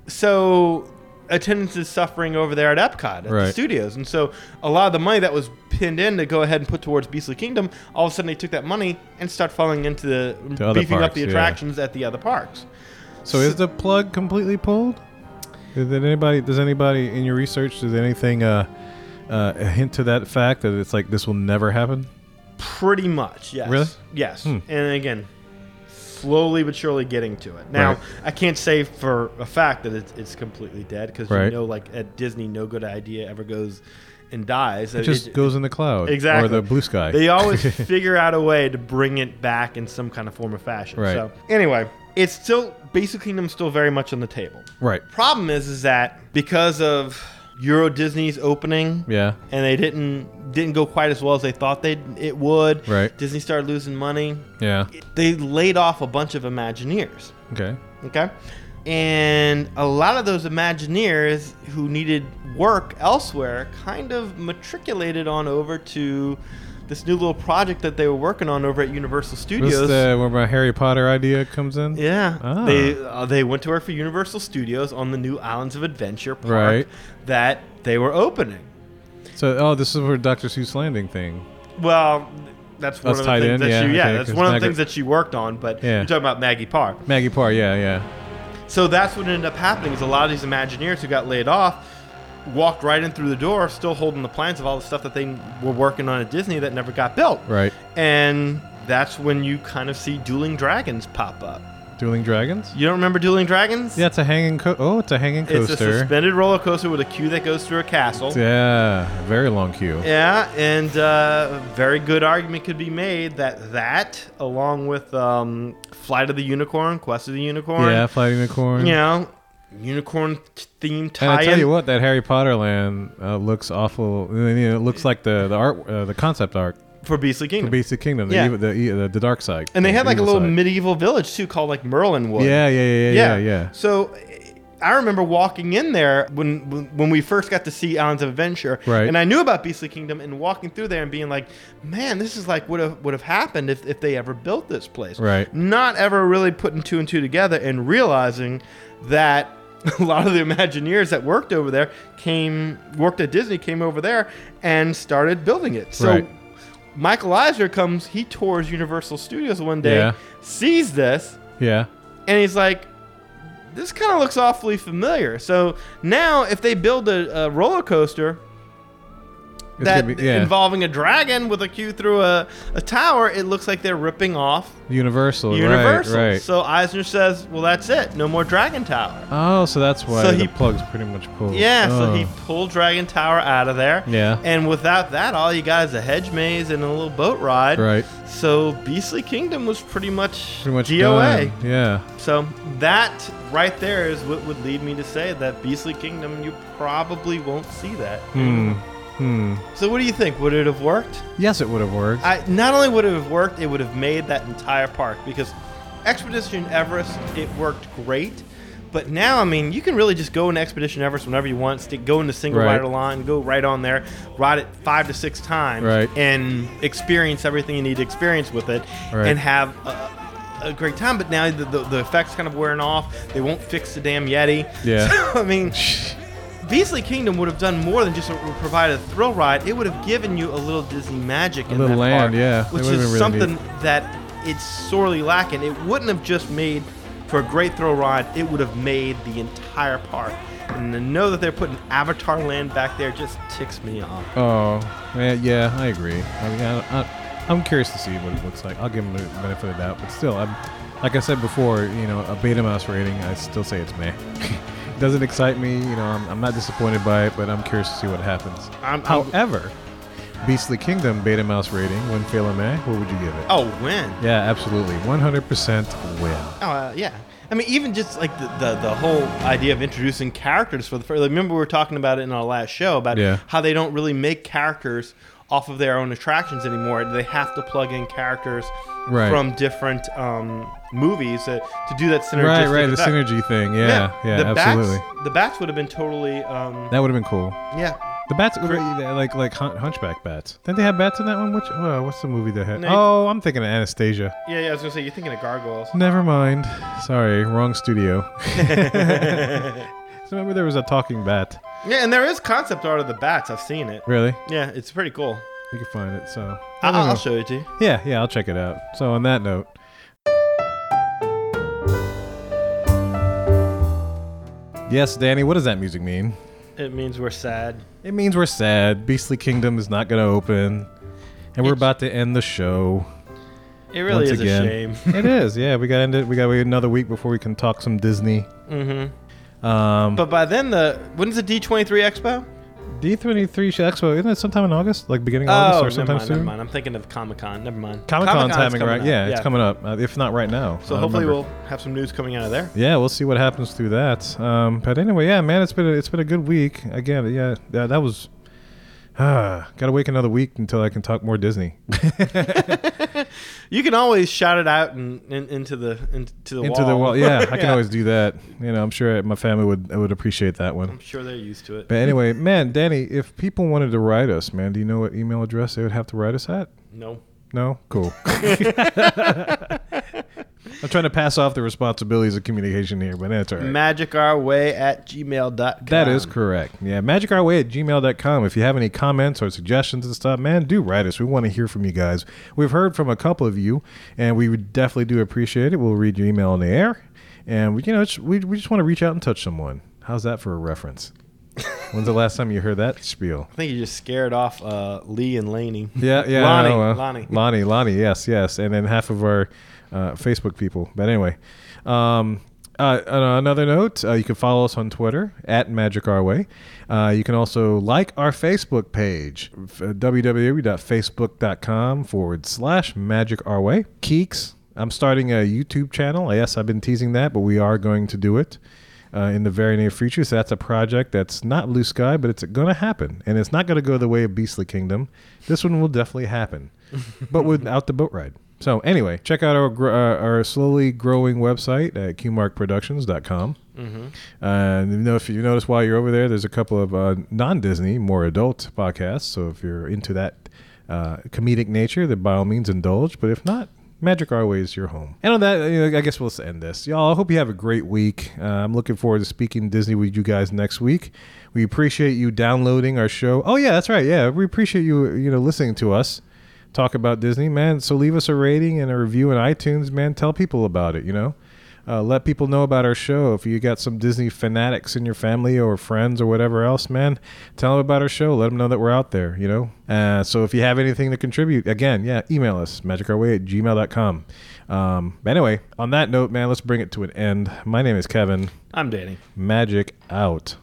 Speaker 2: So attendance is suffering over there at Epcot at the
Speaker 1: Right.
Speaker 2: studios, and so a lot of the money that was pinned in to go ahead and put towards Beastly Kingdom, all of a sudden they took that money and start falling into the
Speaker 1: To other
Speaker 2: beefing up
Speaker 1: parks,
Speaker 2: the
Speaker 1: yeah.
Speaker 2: attractions at the other parks.
Speaker 1: So is the plug completely pulled? Did did anybody? Does anybody in your research? Does anything uh, uh, hint to that fact that it's like this will never happen?
Speaker 2: Pretty much, yes.
Speaker 1: Really?
Speaker 2: Yes.
Speaker 1: Hmm.
Speaker 2: And again, slowly but surely getting to it. Now,
Speaker 1: Right.
Speaker 2: I can't say for a fact that it's, it's completely dead because you
Speaker 1: Right.
Speaker 2: know, like at Disney, no good idea ever goes and dies.
Speaker 1: It just goes in the cloud,
Speaker 2: Exactly.
Speaker 1: or the blue sky.
Speaker 2: They always figure out a way to bring it back in some kind of form or fashion.
Speaker 1: Right.
Speaker 2: So, anyway, it's still, Basic Kingdom's still very much on the table.
Speaker 1: right.
Speaker 2: Problem is, is that because of Euro Disney's opening,
Speaker 1: Yeah.
Speaker 2: and they didn't didn't go quite as well as they thought they it would.
Speaker 1: Right.
Speaker 2: Disney started losing money.
Speaker 1: Yeah.
Speaker 2: They laid off a bunch of Imagineers.
Speaker 1: Okay.
Speaker 2: Okay. And a lot of those Imagineers who needed work elsewhere kind of matriculated on over to this new little project that they were working on over at Universal
Speaker 1: This
Speaker 2: Studios.
Speaker 1: is uh, where my Harry Potter idea comes in.
Speaker 2: Yeah,
Speaker 1: Ah.
Speaker 2: they uh, they went to work for Universal Studios on the new Islands of Adventure park
Speaker 1: Right.
Speaker 2: that they were opening.
Speaker 1: So, oh, this is where Doctor Seuss landing thing.
Speaker 2: Well, that's one
Speaker 1: That's
Speaker 2: of the
Speaker 1: tied
Speaker 2: things
Speaker 1: in,
Speaker 2: that
Speaker 1: yeah,
Speaker 2: she, yeah,
Speaker 1: okay,
Speaker 2: that's
Speaker 1: 'cause
Speaker 2: one of the
Speaker 1: Margaret-
Speaker 2: things that she worked on. But
Speaker 1: Yeah.
Speaker 2: you're talking about Maggie Parr,
Speaker 1: Maggie Parr. Yeah. Yeah.
Speaker 2: so that's what ended up happening is a lot of these Imagineers who got laid off walked right in through the door, still holding the plans of all the stuff that they were working on at Disney that never got built.
Speaker 1: Right.
Speaker 2: And that's when you kind of see Dueling Dragons pop up.
Speaker 1: Dueling Dragons.
Speaker 2: You don't remember Dueling Dragons?
Speaker 1: Yeah, it's a hanging. Co- oh, it's a hanging
Speaker 2: It's a
Speaker 1: coaster.
Speaker 2: suspended roller coaster with a queue that goes through a castle.
Speaker 1: yeah. Very long queue.
Speaker 2: Yeah, and uh, very good argument could be made that that, along with um, Flight of the Unicorn, Quest of the Unicorn,
Speaker 1: Yeah. Fighting the corn.
Speaker 2: you know, unicorn theme
Speaker 1: And
Speaker 2: tie
Speaker 1: I tell you what, that Harry Potter land uh, looks awful. You know, it looks like the the art, uh, the concept art
Speaker 2: for Beastly
Speaker 1: for
Speaker 2: Kingdom.
Speaker 1: Beastly Kingdom, the,
Speaker 2: Yeah.
Speaker 1: evil, the, e- the the dark side.
Speaker 2: and they
Speaker 1: the
Speaker 2: had like a
Speaker 1: evil
Speaker 2: little
Speaker 1: side.
Speaker 2: medieval village too called like Merlinwood.
Speaker 1: Yeah, yeah, yeah, yeah, yeah, yeah.
Speaker 2: So eh, I remember walking in there when when when we first got to see Islands of Adventure,
Speaker 1: Right.
Speaker 2: and I knew about Beastly Kingdom, and walking through there and being like, man, this is like would have would have happened if, if they ever built this place,
Speaker 1: Right.
Speaker 2: Not ever really putting two and two together and realizing that. A lot of the Imagineers that worked over there came, worked at Disney, came over there and started building it. So
Speaker 1: Right.
Speaker 2: Michael Eisner comes, he tours Universal Studios one day,
Speaker 1: Yeah.
Speaker 2: sees this,
Speaker 1: Yeah.
Speaker 2: and he's like, "This kind of looks awfully familiar." So now, if they build a, a roller coaster
Speaker 1: It's
Speaker 2: that
Speaker 1: gonna be- yeah.
Speaker 2: involving a dragon with a queue through a, a tower, it looks like they're ripping off
Speaker 1: Universal. right,
Speaker 2: Universal.
Speaker 1: Right.
Speaker 2: So Eisner says, "Well, that's it. No more Dragon Tower."
Speaker 1: oh, so that's why
Speaker 2: So
Speaker 1: the
Speaker 2: he-
Speaker 1: plug's pretty much pulled.
Speaker 2: Yeah,
Speaker 1: oh.
Speaker 2: so he pulled Dragon Tower out of there.
Speaker 1: Yeah.
Speaker 2: And without that, all you got is a hedge maze and a little boat ride.
Speaker 1: Right.
Speaker 2: So Beastly Kingdom was pretty much,
Speaker 1: Pretty much
Speaker 2: DOA.
Speaker 1: done. Yeah.
Speaker 2: So that right there is what would lead me to say that Beastly Kingdom, you probably won't see that.
Speaker 1: Hmm. Hmm.
Speaker 2: So what do you think? Would it have worked?
Speaker 1: Yes, it would have worked.
Speaker 2: I not only would it have worked, it would have made that entire park because Expedition Everest it worked great. But now, I mean, you can really just go into Expedition Everest whenever you want. Stick, go into single
Speaker 1: Right.
Speaker 2: rider line, go right on there, ride it five to six times,
Speaker 1: Right.
Speaker 2: and experience everything you need to experience with it,
Speaker 1: Right.
Speaker 2: and have a, a great time. But now the, the, the effects kind of wearing off. They won't fix the damn Yeti.
Speaker 1: Yeah.
Speaker 2: So, I mean, Beastly Kingdom would have done more than just a, provide a thrill ride. It would have given you a little Disney magic in
Speaker 1: little
Speaker 2: that
Speaker 1: land,
Speaker 2: park,
Speaker 1: yeah. It
Speaker 2: which
Speaker 1: would've
Speaker 2: is
Speaker 1: been really
Speaker 2: something
Speaker 1: neat.
Speaker 2: that it's sorely lacking. It wouldn't have just made for a great thrill ride. It would have made the entire park. And to know that they're putting Avatar Land back there just ticks me off.
Speaker 1: Oh, yeah, yeah, I agree. I mean, I, I, I'm curious to see what it looks like. I'll give them the benefit of the doubt, but still, I'm, like I said before, you know, a beta mouse rating, I still say it's meh. it doesn't excite me, you know, I'm, I'm not disappointed by it, but I'm curious to see what happens.
Speaker 2: I'm- I'm-
Speaker 1: However, Beastly Kingdom beta mouse rating, when fail or meh, what would you give it?
Speaker 2: Oh, when?
Speaker 1: Yeah, absolutely. 100% win.
Speaker 2: Oh, uh, yeah. I mean, even just like the, the, the whole idea of introducing characters for the first. Like, remember, we were talking about it in our last show about
Speaker 1: Yeah.
Speaker 2: how they don't really make characters off of their own attractions anymore. They have to plug in characters
Speaker 1: Right.
Speaker 2: from different um, movies that, to do that
Speaker 1: Right,
Speaker 2: synergistic
Speaker 1: right. The
Speaker 2: effect.
Speaker 1: synergy thing. Yeah, yeah,
Speaker 2: the
Speaker 1: absolutely.
Speaker 2: Bats, the bats would have been totally. Um,
Speaker 1: That would have been cool.
Speaker 2: yeah.
Speaker 1: The bats, would be like like hun- Hunchback bats. Didn't they have bats in that one? Which oh, what's the movie that had?
Speaker 2: No.
Speaker 1: Oh, I'm thinking of Anastasia.
Speaker 2: Yeah, yeah. I was gonna say you're thinking of gargoyles.
Speaker 1: Never mind. Sorry, wrong studio. so remember there was a talking bat.
Speaker 2: Yeah, and there is concept art of the bats. I've seen it.
Speaker 1: Really?
Speaker 2: Yeah, it's pretty cool.
Speaker 1: You can find it. So
Speaker 2: I-
Speaker 1: don't
Speaker 2: I'll,
Speaker 1: know.
Speaker 2: I'll show it to you.
Speaker 1: Yeah, yeah, I'll check it out. So on that note, yes, Danny, what does that music mean?
Speaker 2: It means we're sad.
Speaker 1: It means we're sad. Beastly Kingdom is not going to open, and we're
Speaker 2: It's-
Speaker 1: about to end the show.
Speaker 2: It really
Speaker 1: once
Speaker 2: is
Speaker 1: again.
Speaker 2: a shame.
Speaker 1: it is. Yeah, we got to end it. We got to wait another week before we can talk some Disney.
Speaker 2: mm-hmm.
Speaker 1: Um,
Speaker 2: But by then, the when's the D23 Expo?
Speaker 1: D23 show Expo isn't it sometime in August, like beginning of August
Speaker 2: oh,
Speaker 1: or
Speaker 2: never
Speaker 1: sometime
Speaker 2: mind, never
Speaker 1: soon?
Speaker 2: mind. I'm thinking of Comic Con. Never mind.
Speaker 1: Comic Con
Speaker 2: Comic-Con's
Speaker 1: timing,
Speaker 2: coming
Speaker 1: right?
Speaker 2: up.
Speaker 1: Yeah, it's coming up. Uh, if not right now.
Speaker 2: So
Speaker 1: I don't
Speaker 2: hopefully
Speaker 1: remember.
Speaker 2: we'll have some news coming out of there.
Speaker 1: Yeah, we'll see what happens through that. Um, but anyway, yeah, man, it's been a, it's been a good week. Again, yeah, that, that was. Ah, gotta wait another week until I can talk more Disney
Speaker 2: You can always shout it out and, and into the into the
Speaker 1: into
Speaker 2: wall.
Speaker 1: the wall. Yeah, I can always do that. You know, I'm sure my family would would appreciate that
Speaker 2: I'm
Speaker 1: one.
Speaker 2: sure they're used to it.
Speaker 1: But anyway, man, Danny, if people wanted to write us, man, do you know what email address they would have to write us at?
Speaker 2: no.
Speaker 1: No, cool. I'm trying to pass off the responsibilities of communication here, but that's all right.
Speaker 2: Magic our way at gmail.com.
Speaker 1: That is correct. Yeah, magicourway at gmail.com. If you have any comments or suggestions and stuff, man, do write us. We want to hear from you guys. We've heard from a couple of you, and we would definitely do appreciate it. We'll read your email on the air, and we, you know, it's, we, we just want to reach out and touch someone. How's that for a reference? When's the last time you heard that spiel?
Speaker 2: I think you just scared off uh, Lee and Laney.
Speaker 1: Yeah, yeah. I
Speaker 2: Lonnie.
Speaker 1: know, uh,
Speaker 2: Lonnie.
Speaker 1: Lonnie, Lonnie, yes, yes. And then half of our uh, Facebook people. But anyway, um, uh, on another note, uh, you can follow us on Twitter at Magic Our Way. Uh, you can also like our Facebook page, f- uh, www.facebook.com forward slash Magic Our Way. Keeks, I'm starting a YouTube channel. Yes, I've been teasing that, but we are going to do it uh, in the very near future. So that's a project that's not blue sky, but it's going to happen, and it's not going to go the way of Beastly Kingdom. This one will definitely happen, but without the boat ride. So anyway, check out our gr- uh, our slowly growing website at qmarkproductions.com. Uh, and you know, if you notice while you're over there, there's a couple of uh, non-Disney, more adult podcasts. So if you're into that uh, comedic nature, then by all means indulge. But if not, Magic Our Way is your home. And on that, you know, I guess we'll end this. Y'all, I hope you have a great week. Uh, I'm looking forward to speaking Disney with you guys next week. We appreciate you downloading our show. Oh yeah, that's right. Yeah, we appreciate you. You know, listening to us talk about Disney, man. So leave us a rating and a review in iTunes, man. Tell people about it. You know. Uh, let people know about our show. If you got some Disney fanatics in your family or friends or whatever else, man, tell them about our show. Let them know that we're out there, you know? Uh, so if you have anything to contribute, again, yeah, email us, magicourway at gmail.com. Um, but anyway, on that note, man, let's bring it to an end. My name is Kevin.
Speaker 2: I'm Danny.
Speaker 1: Magic out.